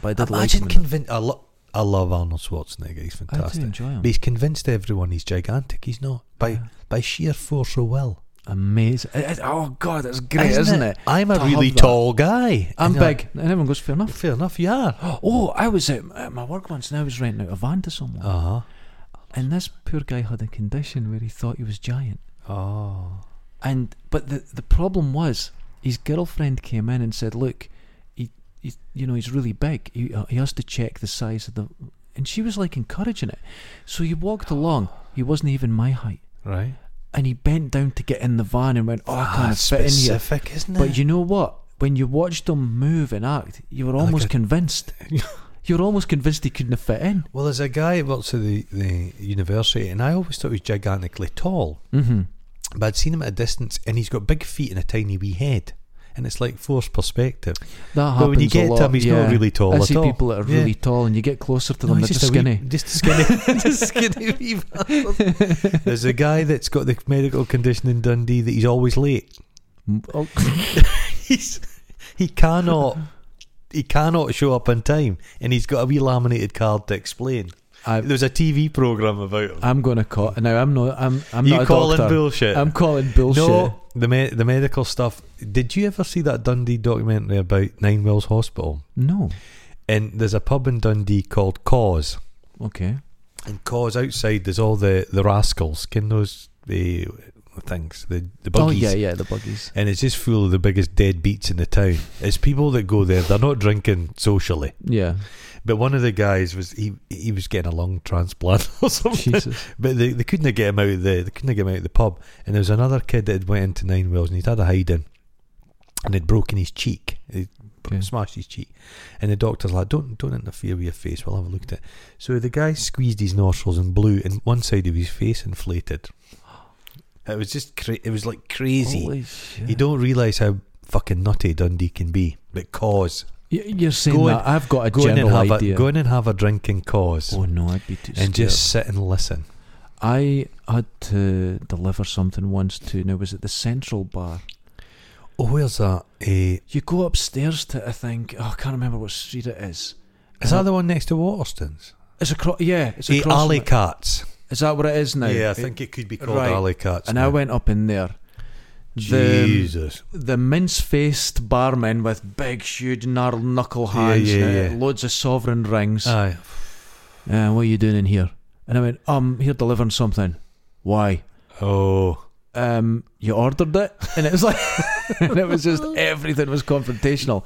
Speaker 1: But I did
Speaker 2: Imagine
Speaker 1: like him.
Speaker 2: convinced. I, lo- I love Arnold Schwarzenegger. He's
Speaker 1: I do
Speaker 2: fantastic.
Speaker 1: enjoy him.
Speaker 2: But he's convinced everyone he's gigantic. He's not by
Speaker 1: Yeah.
Speaker 2: by sheer force of will.
Speaker 1: Amazing. It- it- oh god, that's great, isn't, it?
Speaker 2: I'm a
Speaker 1: To
Speaker 2: really
Speaker 1: have that.
Speaker 2: tall guy.
Speaker 1: I'm
Speaker 2: And you're like,
Speaker 1: big, and everyone goes fair enough.
Speaker 2: Fair enough. Yeah.
Speaker 1: Oh, I was at, at my work once, and I was renting out a van to someone,
Speaker 2: Uh huh.
Speaker 1: and this poor guy had a condition where he thought he was giant.
Speaker 2: Oh.
Speaker 1: And but the the problem was his girlfriend came in and said, "Look, he, he you know he's really big. He uh, he has to check the size of the." And she was like encouraging it, so he walked along. He wasn't even my height,
Speaker 2: Right.
Speaker 1: and he bent down to get in the van and went, "Oh, I can't
Speaker 2: That's
Speaker 1: fit in here."
Speaker 2: specific, isn't it?
Speaker 1: But you know what? When you watched him move and act, you were almost
Speaker 2: a-
Speaker 1: convinced. you were almost convinced he couldn't have fit in.
Speaker 2: well, there's a guy who works at the, the university, and I always thought he was gigantically tall.
Speaker 1: Mm-hmm.
Speaker 2: But I'd seen him at a distance, and he's got big feet and a tiny wee head, and it's like forced perspective.
Speaker 1: That happens
Speaker 2: But when you
Speaker 1: a
Speaker 2: get
Speaker 1: lot.
Speaker 2: to him, he's
Speaker 1: yeah.
Speaker 2: not really tall
Speaker 1: I
Speaker 2: at
Speaker 1: see
Speaker 2: all.
Speaker 1: people that are
Speaker 2: Yeah.
Speaker 1: really tall, and you get closer to them,
Speaker 2: No,
Speaker 1: they're
Speaker 2: he's
Speaker 1: just
Speaker 2: a wee-
Speaker 1: skinny.
Speaker 2: just skinny, just skinny. wee bastard. There's a guy that's got the medical condition in Dundee that he's always late.
Speaker 1: Mm, oh,
Speaker 2: He's he cannot he cannot show up in time, and he's got a wee laminated card to explain.
Speaker 1: I,
Speaker 2: There's a TV program about him.
Speaker 1: I'm going to call. Now I'm not. I'm. I'm
Speaker 2: you
Speaker 1: not a
Speaker 2: calling
Speaker 1: doctor.
Speaker 2: bullshit?
Speaker 1: I'm calling bullshit.
Speaker 2: No, the me- the medical stuff. Did you ever see that Dundee documentary about Nine Wells Hospital?
Speaker 1: No.
Speaker 2: And there's a pub in Dundee called Cause,
Speaker 1: Okay.
Speaker 2: and Cause outside there's all the the rascals, kin those the things, the the
Speaker 1: Oh
Speaker 2: buggies.
Speaker 1: yeah, yeah, the buggies.
Speaker 2: And it's just full of the biggest deadbeats in the town. It's people that go there. They're not drinking socially.
Speaker 1: Yeah.
Speaker 2: But one of the guys was he he was getting a lung transplant or something.
Speaker 1: Jesus.
Speaker 2: But they, they couldn't get him out of the they couldn't get him out of the pub. And there was another kid that had went into Nine Wells and he'd had a hide in and had broken his cheek. He
Speaker 1: Okay.
Speaker 2: smashed his cheek. And the doctor's like, Don't don't interfere with your face, we'll have a look at it. So the guy squeezed his nostrils and blew and one side of his face inflated. It was just cra- it was like crazy.
Speaker 1: Holy shit.
Speaker 2: you don't realise how fucking nutty Dundee can be. But cause.
Speaker 1: Y- You're saying
Speaker 2: Go in-
Speaker 1: that I've got a
Speaker 2: Go in and
Speaker 1: general
Speaker 2: have
Speaker 1: idea.
Speaker 2: a go in and have a drink and cause.
Speaker 1: oh no, I'd be too scared.
Speaker 2: and just sit and listen.
Speaker 1: I had to deliver something once to now was it the central bar?
Speaker 2: Oh, where's that? Eh,
Speaker 1: You go upstairs to I think oh, I can't remember what street it is.
Speaker 2: Is that the one next to Waterston's?
Speaker 1: It's across yeah, it's
Speaker 2: Uh, It's the
Speaker 1: across
Speaker 2: Alley
Speaker 1: from
Speaker 2: Cats.
Speaker 1: it. Is that what it is now?
Speaker 2: yeah, I
Speaker 1: It-
Speaker 2: think it could be called
Speaker 1: right.
Speaker 2: Alley Cats.
Speaker 1: and I
Speaker 2: now.
Speaker 1: went up in there.
Speaker 2: um,
Speaker 1: The
Speaker 2: Jesus.
Speaker 1: the mince faced barman with big huge gnarled knuckle
Speaker 2: Yeah,
Speaker 1: hands
Speaker 2: yeah,
Speaker 1: and, uh,
Speaker 2: yeah.
Speaker 1: loads of sovereign rings.
Speaker 2: Aye.
Speaker 1: uh, what are you doing in here? And I went, I'm here delivering something. Why?
Speaker 2: Oh.
Speaker 1: Um, you ordered it, and it was like, and it was just everything was confrontational.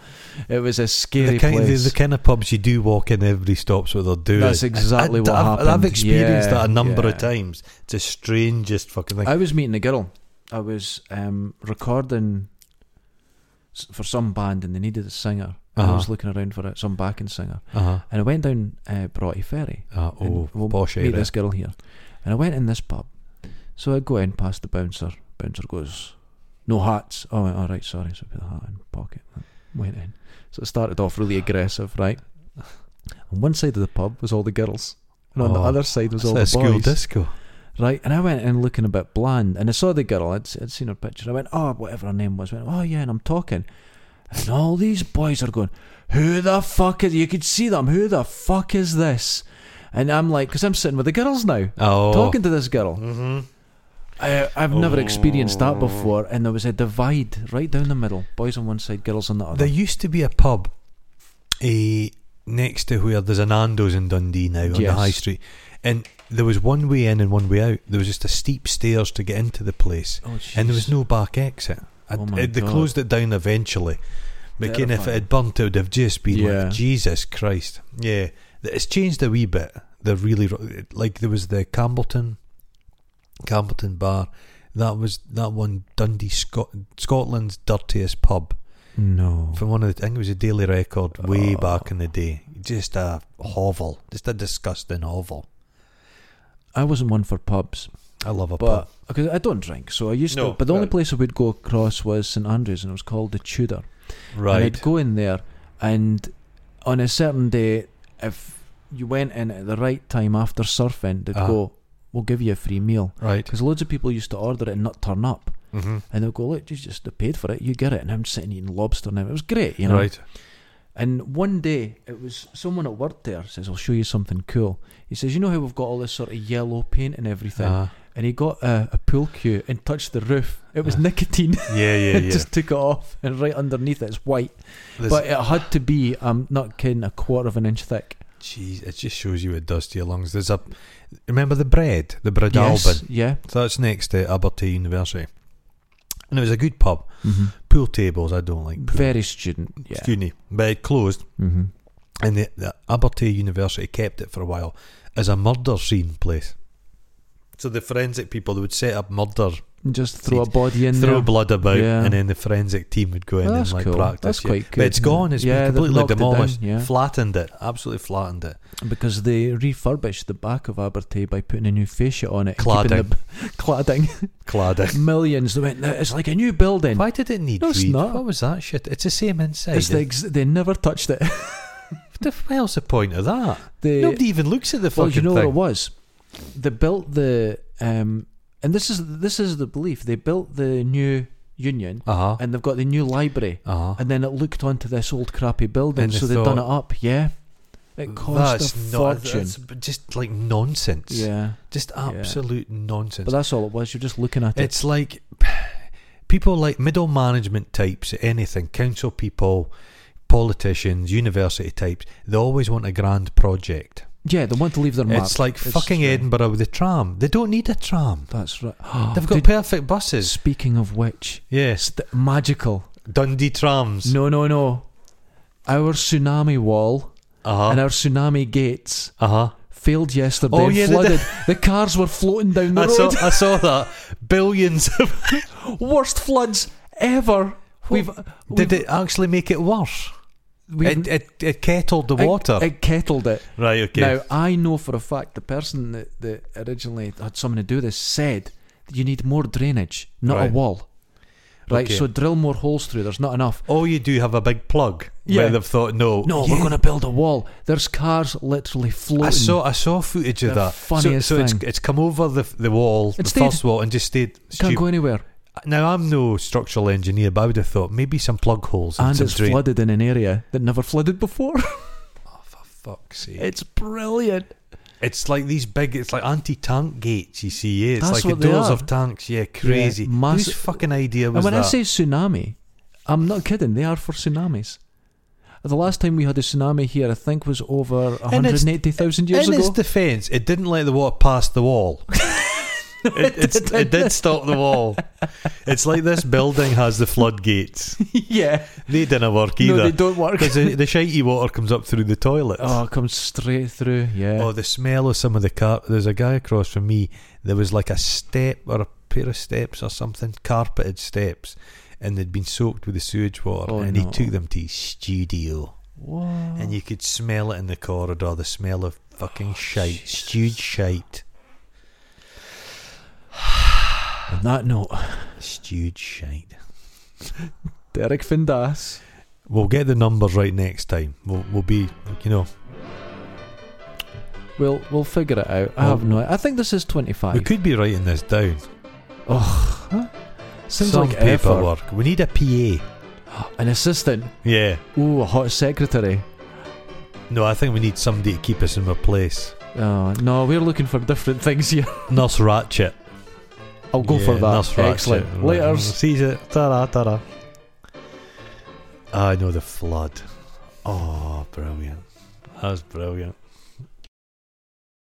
Speaker 1: It was a scary
Speaker 2: The kind, the,
Speaker 1: place.
Speaker 2: the kind of pubs you do walk in, every stops what they're doing.
Speaker 1: That's exactly
Speaker 2: I,
Speaker 1: what
Speaker 2: I've,
Speaker 1: happened.
Speaker 2: I've experienced
Speaker 1: Yeah,
Speaker 2: that a number
Speaker 1: yeah. Uh,
Speaker 2: of times. It's the strangest fucking thing.
Speaker 1: I was meeting a girl. I was um, recording s- for some band, and they needed a singer. And I
Speaker 2: Uh-huh.
Speaker 1: was looking around for it, some backing singer,
Speaker 2: uh-huh.
Speaker 1: and I went down uh, Broughty Ferry.
Speaker 2: Uh, oh,
Speaker 1: and we'll
Speaker 2: posh
Speaker 1: meet
Speaker 2: area.
Speaker 1: this girl here. And I went in this pub. So I go in past the bouncer. Bouncer goes, No hats. Oh, I went, all right, sorry. So I put the hat in pocket and went in. So it started off really aggressive, right? On one side of the pub was all the girls. And on the
Speaker 2: Oh,
Speaker 1: other side was
Speaker 2: It's
Speaker 1: all
Speaker 2: like a
Speaker 1: the
Speaker 2: school
Speaker 1: boys.
Speaker 2: disco.
Speaker 1: Right, and I went in looking a bit bland, and I saw the girl. I'd, I'd seen her picture. I went, oh, whatever her name was. I went, oh yeah, and I'm talking, and all these boys are going, who the fuck is? You could see them. Who the fuck is this? And I'm like, because I'm sitting with the girls now,
Speaker 2: Oh.
Speaker 1: talking to this girl.
Speaker 2: Mm-hmm.
Speaker 1: I, I've never experienced that
Speaker 2: Oh.
Speaker 1: before, and there was a divide right down the middle. Boys on one side, girls on the other.
Speaker 2: There used to be a pub eh, next to where there's an Nando's in Dundee now on
Speaker 1: Yes.
Speaker 2: the high street. And there was one way in and one way out. There was just a steep stairs to get into the place.
Speaker 1: oh,
Speaker 2: And there was
Speaker 1: jeez.
Speaker 2: no back exit. I,
Speaker 1: Oh my
Speaker 2: it- they
Speaker 1: God.
Speaker 2: closed it down eventually. But again, if it
Speaker 1: Terrifying.
Speaker 2: had burnt, it would have just been
Speaker 1: Yeah.
Speaker 2: like, Jesus Christ. Yeah. Th- It's changed a wee bit. They're really, ro- like, there was the Campbellton, Campbellton Bar. That was that one Dundee, Scot- Scotland's dirtiest pub
Speaker 1: no.
Speaker 2: from one of the, I think it was a Daily Record way
Speaker 1: Oh.
Speaker 2: back in the day. Just a hovel, just a disgusting hovel.
Speaker 1: I wasn't one for pubs,
Speaker 2: I love a
Speaker 1: but
Speaker 2: pub.
Speaker 1: because I don't drink, so I used
Speaker 2: No,
Speaker 1: to. But the only
Speaker 2: right.
Speaker 1: place I would go across was St Andrews, and it was called the Tudor. And I'd
Speaker 2: Right.
Speaker 1: go in there, and on a certain day, if you went in at the right time after surfing, they'd
Speaker 2: Uh-huh.
Speaker 1: go, "We'll give you a free meal."
Speaker 2: Right.
Speaker 1: Because loads of people used to order it and not turn up,
Speaker 2: Mm-hmm.
Speaker 1: and they'll go, "Look, you just they paid for it, you get it." And I'm sitting eating lobster now. It was great, you know.
Speaker 2: Right.
Speaker 1: And one day, it was someone at work there says, "I'll show you something cool." He says, "You know how we've got all this sort of yellow paint and everything."
Speaker 2: Uh,
Speaker 1: and he got a, a pool cue and touched the roof. It was
Speaker 2: Uh.
Speaker 1: nicotine.
Speaker 2: yeah, yeah, yeah.
Speaker 1: just took it off, and right underneath it's white.
Speaker 2: There's-
Speaker 1: But it had to be, I'm not kidding, a quarter of an inch thick.
Speaker 2: Jeez, it just shows you what it does to your lungs. There's a remember the bread, the bread
Speaker 1: Yes,
Speaker 2: Alban.
Speaker 1: yeah.
Speaker 2: So that's next to Aberdeen University, and it was a good pub.
Speaker 1: Mhm.
Speaker 2: Pool tables, I don't like. Pool.
Speaker 1: Mm-hmm. Very student. Yeah.
Speaker 2: Mm-hmm. Excuse me, but it closed,
Speaker 1: mm-hmm.
Speaker 2: and the, the Aberdeen University kept it for a while as a murder scene place. So the forensic people they would set up murder,
Speaker 1: Just throw a body in
Speaker 2: throw
Speaker 1: there.
Speaker 2: blood about,
Speaker 1: Yeah.
Speaker 2: and then the forensic team would go in
Speaker 1: Well,
Speaker 2: and
Speaker 1: that's
Speaker 2: like
Speaker 1: cool.
Speaker 2: practice.
Speaker 1: That's
Speaker 2: yeah.
Speaker 1: quite
Speaker 2: But
Speaker 1: good,
Speaker 2: it's
Speaker 1: isn't
Speaker 2: gone.
Speaker 1: it?
Speaker 2: It's
Speaker 1: Yeah,
Speaker 2: been
Speaker 1: they've
Speaker 2: completely
Speaker 1: knocked it down,
Speaker 2: demolished,
Speaker 1: yeah.
Speaker 2: flattened it, absolutely flattened it.
Speaker 1: Because they refurbished the back of Abertay by putting a new fascia on it. and keeping
Speaker 2: Cladding,
Speaker 1: The, cladding.
Speaker 2: clad it.
Speaker 1: Millions. They went, "No, it's like a new building.
Speaker 2: Why did it need
Speaker 1: No, it's
Speaker 2: reed?
Speaker 1: not.
Speaker 2: What was that shit? It's the same inside.
Speaker 1: It's the ex- they never touched it.
Speaker 2: What the hell's the point of that?
Speaker 1: They,
Speaker 2: Nobody even looks at the fucking
Speaker 1: Well, you know
Speaker 2: thing.
Speaker 1: what it was? They built the um, and this is this is the belief. They built the new union,
Speaker 2: uh huh.
Speaker 1: and they've got the new library,
Speaker 2: Uh huh.
Speaker 1: and then it looked onto this old crappy building,
Speaker 2: And they
Speaker 1: so they've done it
Speaker 2: thought-
Speaker 1: up. Yeah, it cost
Speaker 2: that's
Speaker 1: a
Speaker 2: not,
Speaker 1: fortune.
Speaker 2: That's b- just like nonsense.
Speaker 1: yeah,
Speaker 2: Just absolute nonsense.
Speaker 1: but that's all it was. You're just looking at it.
Speaker 2: It's like people like middle management types, anything, council people, politicians, university types, they always want a grand project.
Speaker 1: yeah, they want to leave their mark.
Speaker 2: It's like fucking
Speaker 1: yeah.
Speaker 2: Edinburgh with a tram. They don't need a tram.
Speaker 1: That's right.
Speaker 2: They've got
Speaker 1: Oh, Did-
Speaker 2: perfect buses.
Speaker 1: speaking of which,
Speaker 2: Yes.
Speaker 1: st- magical.
Speaker 2: Dundee trams.
Speaker 1: No, no, no. Our tsunami wall
Speaker 2: Uh
Speaker 1: and
Speaker 2: huh.
Speaker 1: our tsunami gates
Speaker 2: Uh huh.
Speaker 1: failed yesterday.
Speaker 2: Oh,
Speaker 1: and
Speaker 2: yeah, they
Speaker 1: flooded. The cars were floating down the
Speaker 2: I saw,
Speaker 1: road.
Speaker 2: I saw that. Billions of.
Speaker 1: Worst floods ever. We've,
Speaker 2: Did it actually make it worse?
Speaker 1: we've
Speaker 2: It, it, it kettled the
Speaker 1: it-
Speaker 2: water.
Speaker 1: It, kettled it.
Speaker 2: right, okay.
Speaker 1: Now I know for a fact the person that, that originally had something to do this said that you need more drainage, not
Speaker 2: Right.
Speaker 1: a wall. Right,
Speaker 2: Okay.
Speaker 1: so drill more holes through. There's not enough.
Speaker 2: All Oh, you do have a big plug where
Speaker 1: Yeah.
Speaker 2: they've thought, no.
Speaker 1: No,
Speaker 2: Yeah.
Speaker 1: we're going to build a wall. There's cars literally floating.
Speaker 2: I saw I saw footage of
Speaker 1: The
Speaker 2: that.
Speaker 1: funniest
Speaker 2: so so
Speaker 1: thing.
Speaker 2: it's it's come over the the wall,
Speaker 1: It
Speaker 2: the
Speaker 1: stayed.
Speaker 2: first wall, and just stayed.
Speaker 1: Can't
Speaker 2: Stu-
Speaker 1: go anywhere,
Speaker 2: now I'm no structural engineer, but I would have thought maybe some plug holes and,
Speaker 1: and
Speaker 2: some
Speaker 1: it's
Speaker 2: drain.
Speaker 1: flooded in an area that never flooded before.
Speaker 2: Oh, for fuck's sake!
Speaker 1: it's brilliant.
Speaker 2: it's like these big, it's like anti-tank gates. You see, yeah, it's
Speaker 1: That's
Speaker 2: like
Speaker 1: what
Speaker 2: the
Speaker 1: they
Speaker 2: doors
Speaker 1: are.
Speaker 2: of tanks. Yeah, crazy.
Speaker 1: mass-
Speaker 2: Whose fucking idea was
Speaker 1: And when
Speaker 2: that?
Speaker 1: I say tsunami, I'm not kidding. They are for tsunamis. The last time we had a tsunami here, I think, was over
Speaker 2: And it's-
Speaker 1: 180,000 years
Speaker 2: In
Speaker 1: ago.
Speaker 2: its defence, it didn't let the water pass the wall. it, it's, it did stop the wall. It's like this building has the floodgates.
Speaker 1: yeah.
Speaker 2: They didn't work
Speaker 1: No, they
Speaker 2: either.
Speaker 1: don't work.
Speaker 2: Because the, the shitey water comes up through the toilet.
Speaker 1: Oh, it comes straight through. Yeah.
Speaker 2: Oh, the smell of some of the car. There's a guy across from me. There was like a step or a pair of steps or something, carpeted steps, and they'd been soaked with the sewage water.
Speaker 1: Oh,
Speaker 2: and he
Speaker 1: no.
Speaker 2: took them to his studio,
Speaker 1: Whoa.
Speaker 2: and you could smell it in the corridor. The smell of
Speaker 1: Oh,
Speaker 2: fucking shite, stewed shite,
Speaker 1: On that note,
Speaker 2: stewed shite.
Speaker 1: Derek Findas.
Speaker 2: We'll get the numbers right next time. We'll, we'll be, you know,
Speaker 1: We'll, we'll figure it out. I
Speaker 2: Oh.
Speaker 1: have no I think this is
Speaker 2: we
Speaker 1: 25.
Speaker 2: could be writing this down.
Speaker 1: Oh, seems
Speaker 2: Some
Speaker 1: like effort.
Speaker 2: paperwork. We need a PA.
Speaker 1: An assistant.
Speaker 2: Yeah.
Speaker 1: Ooh, a hot secretary.
Speaker 2: No, I think we need somebody to keep us in our place.
Speaker 1: Oh, no, we're looking for different things here.
Speaker 2: Nurse Ratchet.
Speaker 1: I'll go
Speaker 2: Yeah,
Speaker 1: for that.
Speaker 2: Nurse Ratchet.
Speaker 1: Excellent.
Speaker 2: Right.
Speaker 1: Laters.
Speaker 2: See you. Ta-ra, ta-ra. I know the flood. Oh, brilliant. That's brilliant.